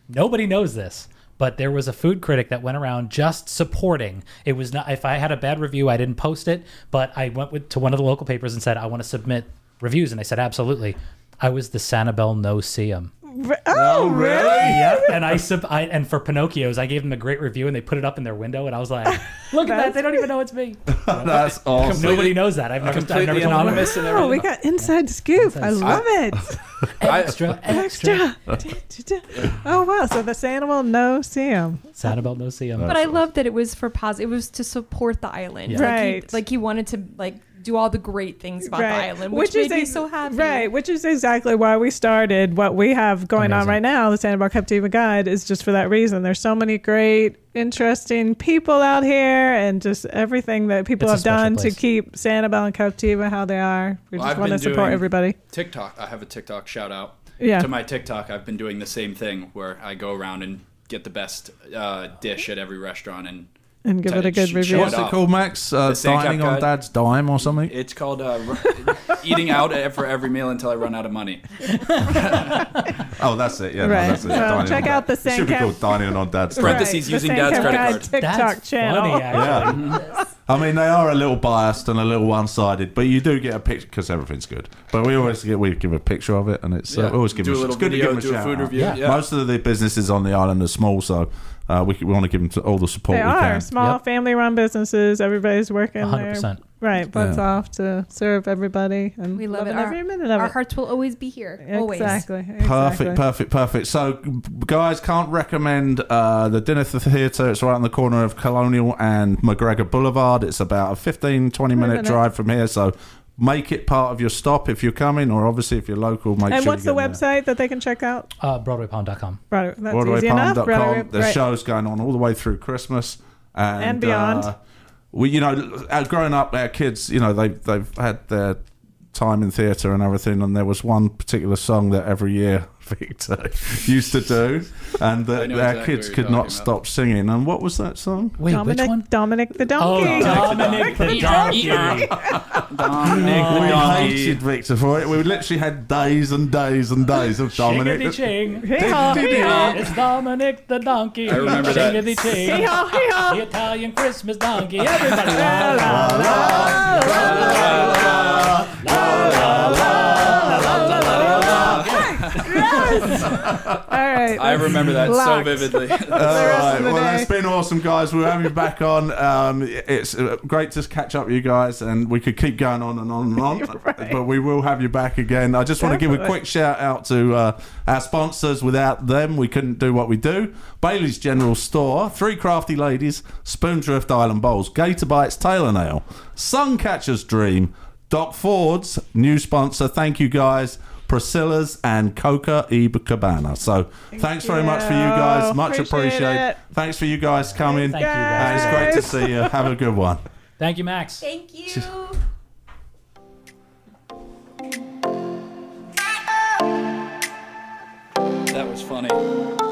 Speaker 3: Nobody knows this, but there was a food critic that went around just supporting. It was not if I had a bad review, I didn't post it, but I went with, to one of the local papers and said I want to submit reviews, and they said absolutely. I was the Sanibel No Seum.
Speaker 4: Re- Oh, really?
Speaker 3: Yep. And I, sub- I and for Pinocchio's, I gave them a great review, and they put it up in their window, and I was like, "Look at that! They don't even know it's me.
Speaker 1: That's awesome.
Speaker 3: Nobody knows that. I've never, I've never
Speaker 5: Completely
Speaker 3: been on it.
Speaker 5: anonymous and
Speaker 4: Oh, we
Speaker 5: everything.
Speaker 4: got inside scoop. I love it.
Speaker 5: Oh,
Speaker 3: Extra, extra.
Speaker 4: Extra. oh wow! So this animal no Sam.
Speaker 3: Sanibel No Seum.
Speaker 2: But I love that it was for positive. It was to support the island.
Speaker 3: Yeah.
Speaker 2: Like he- Like
Speaker 4: Right.
Speaker 2: he, wanted to like do all the great things about the island, which, made me
Speaker 4: ex-
Speaker 2: so happy.
Speaker 4: Right, which is exactly why we started what we have going on
Speaker 3: Amazing.
Speaker 4: right now. The Santa Bar Captiva Guide is just for that reason. There's so many great, interesting people out here, and just everything that people
Speaker 3: It's a
Speaker 4: have done
Speaker 3: special place.
Speaker 4: to keep Sanibel and Captiva how they are. We
Speaker 5: Well,
Speaker 4: just
Speaker 5: I've
Speaker 4: want to
Speaker 5: been
Speaker 4: support
Speaker 5: doing-
Speaker 4: everybody.
Speaker 5: TikTok. I have a TikTok shout out.
Speaker 4: Yeah.
Speaker 5: To my TikTok, I've been doing the same thing where I go around and get the best uh, dish at every restaurant, and
Speaker 4: And give it a good
Speaker 5: Sh-
Speaker 4: review.
Speaker 5: show
Speaker 1: What's
Speaker 5: it
Speaker 1: it
Speaker 5: off.
Speaker 1: called, Max? Uh,
Speaker 5: The Sand
Speaker 1: dining
Speaker 5: Cap
Speaker 1: on
Speaker 5: Guide.
Speaker 1: Dad's dime or something?
Speaker 5: it's called uh, ru- eating out at- for every meal until I run out of money.
Speaker 1: oh, that's it. Yeah, no,
Speaker 4: Right.
Speaker 1: that's it.
Speaker 4: Well,
Speaker 1: Dining on
Speaker 4: check
Speaker 1: Dad.
Speaker 4: out the
Speaker 1: It should
Speaker 4: Sand
Speaker 1: be
Speaker 4: Cap-
Speaker 1: called dining on Dad's dime.
Speaker 5: Parentheses,
Speaker 4: the
Speaker 5: using
Speaker 4: Sand
Speaker 5: dad's
Speaker 4: Cap
Speaker 5: credit
Speaker 4: Guide
Speaker 5: card.
Speaker 4: TikTok
Speaker 3: That's
Speaker 4: channel.
Speaker 3: funny, actually.
Speaker 1: Yeah. I mean, they are a little biased and a little one-sided, but you do get a picture because everything's good. But we always get we give a picture of it, and it's
Speaker 5: Yeah.
Speaker 1: uh, we always give
Speaker 5: Do
Speaker 1: them
Speaker 5: a
Speaker 1: sh-
Speaker 5: little
Speaker 1: it's good
Speaker 5: video,
Speaker 1: to give
Speaker 5: do
Speaker 1: them
Speaker 5: a
Speaker 1: shout
Speaker 5: food
Speaker 1: out.
Speaker 5: review, Yeah. yeah.
Speaker 1: Most of the businesses on the island are small, so uh, we, c- we want to give them t- all the support
Speaker 4: They
Speaker 1: we
Speaker 4: are
Speaker 1: can.
Speaker 4: small
Speaker 3: Yep.
Speaker 4: family-run businesses. Everybody's working
Speaker 3: A hundred
Speaker 4: their
Speaker 3: percent.
Speaker 4: right butts
Speaker 1: Yeah.
Speaker 4: off to serve everybody, and
Speaker 2: We love it.
Speaker 4: every minute of
Speaker 2: Our
Speaker 4: it.
Speaker 2: hearts will always be here. Always.
Speaker 4: Exactly.
Speaker 1: Perfect,
Speaker 4: exactly.
Speaker 1: perfect, perfect. So, g- guys, can't recommend uh, the Dinner Theatre. It's right on the corner of Colonial and McGregor Boulevard. It's about a 15, 20 minute,
Speaker 4: minute.
Speaker 1: drive from here. So, make it part of your stop if you're coming, or obviously if you're local, make
Speaker 4: And
Speaker 1: sure
Speaker 4: what's
Speaker 1: you
Speaker 4: the
Speaker 1: get there.
Speaker 4: website that they can check out?
Speaker 3: Uh, BroadwayPound.com.
Speaker 4: Broadway, that's easy enough. Broadway-
Speaker 1: BroadwayPalm.com. The
Speaker 4: right.
Speaker 1: show's going on all the way through Christmas and,
Speaker 4: And beyond.
Speaker 1: uh, we, you know, our- growing up, our kids, you know, they they've had their time in theatre and everything, and there was one particular song that every year Victor used to do, and that
Speaker 5: I know
Speaker 1: our
Speaker 5: exactly
Speaker 1: kids
Speaker 5: what you're
Speaker 1: could not
Speaker 5: talking
Speaker 1: stop singing. And what was that song?
Speaker 3: Wait,
Speaker 4: Dominic,
Speaker 3: which one?
Speaker 4: Dominic the
Speaker 3: Oh,
Speaker 4: Donkey.
Speaker 3: Dominic the Donkey.
Speaker 5: Um, Dominic the
Speaker 1: Oh, we
Speaker 5: donkey.
Speaker 1: hated Victor for it. We literally had days and days and days of
Speaker 3: Dominic.
Speaker 1: Dominic.
Speaker 3: Ching.
Speaker 4: Hee-haw, hee-haw.
Speaker 3: It's Dominic the Donkey.
Speaker 5: I remember that.
Speaker 3: Chingity ching.
Speaker 4: Hee-haw, hee-haw.
Speaker 3: The Italian Christmas donkey. Everybody. la, la, la.
Speaker 4: All right.
Speaker 5: I remember that so
Speaker 4: Locked.
Speaker 5: vividly.
Speaker 1: All
Speaker 4: rest
Speaker 1: right.
Speaker 4: of the
Speaker 1: Well,
Speaker 4: day.
Speaker 1: that's been awesome, guys. We'll have you back on. Um, it's uh, great to catch up with you guys, and we could keep going on and on and on, but we will have you back again. I just want to give a
Speaker 4: Definitely.
Speaker 1: quick shout out to uh, our sponsors. Without them, we couldn't do what we do. Bailey's General Store, Three Crafty Ladies, Spoondrift Island Bowls, Gator Bites, Tailor Nail, Suncatcher's Dream, Doc Ford's new sponsor. Thank you, guys. Priscilla's and Coca Ibacabana. So, thanks very much for you guys.
Speaker 4: you.
Speaker 1: Much
Speaker 4: Appreciate
Speaker 1: appreciated.
Speaker 4: it.
Speaker 1: Thanks for you guys coming.
Speaker 3: Thank you,
Speaker 1: Uh,
Speaker 3: guys.
Speaker 1: it's great to see you. Have a good one.
Speaker 3: Thank you, Max.
Speaker 2: Thank you.
Speaker 5: that was funny.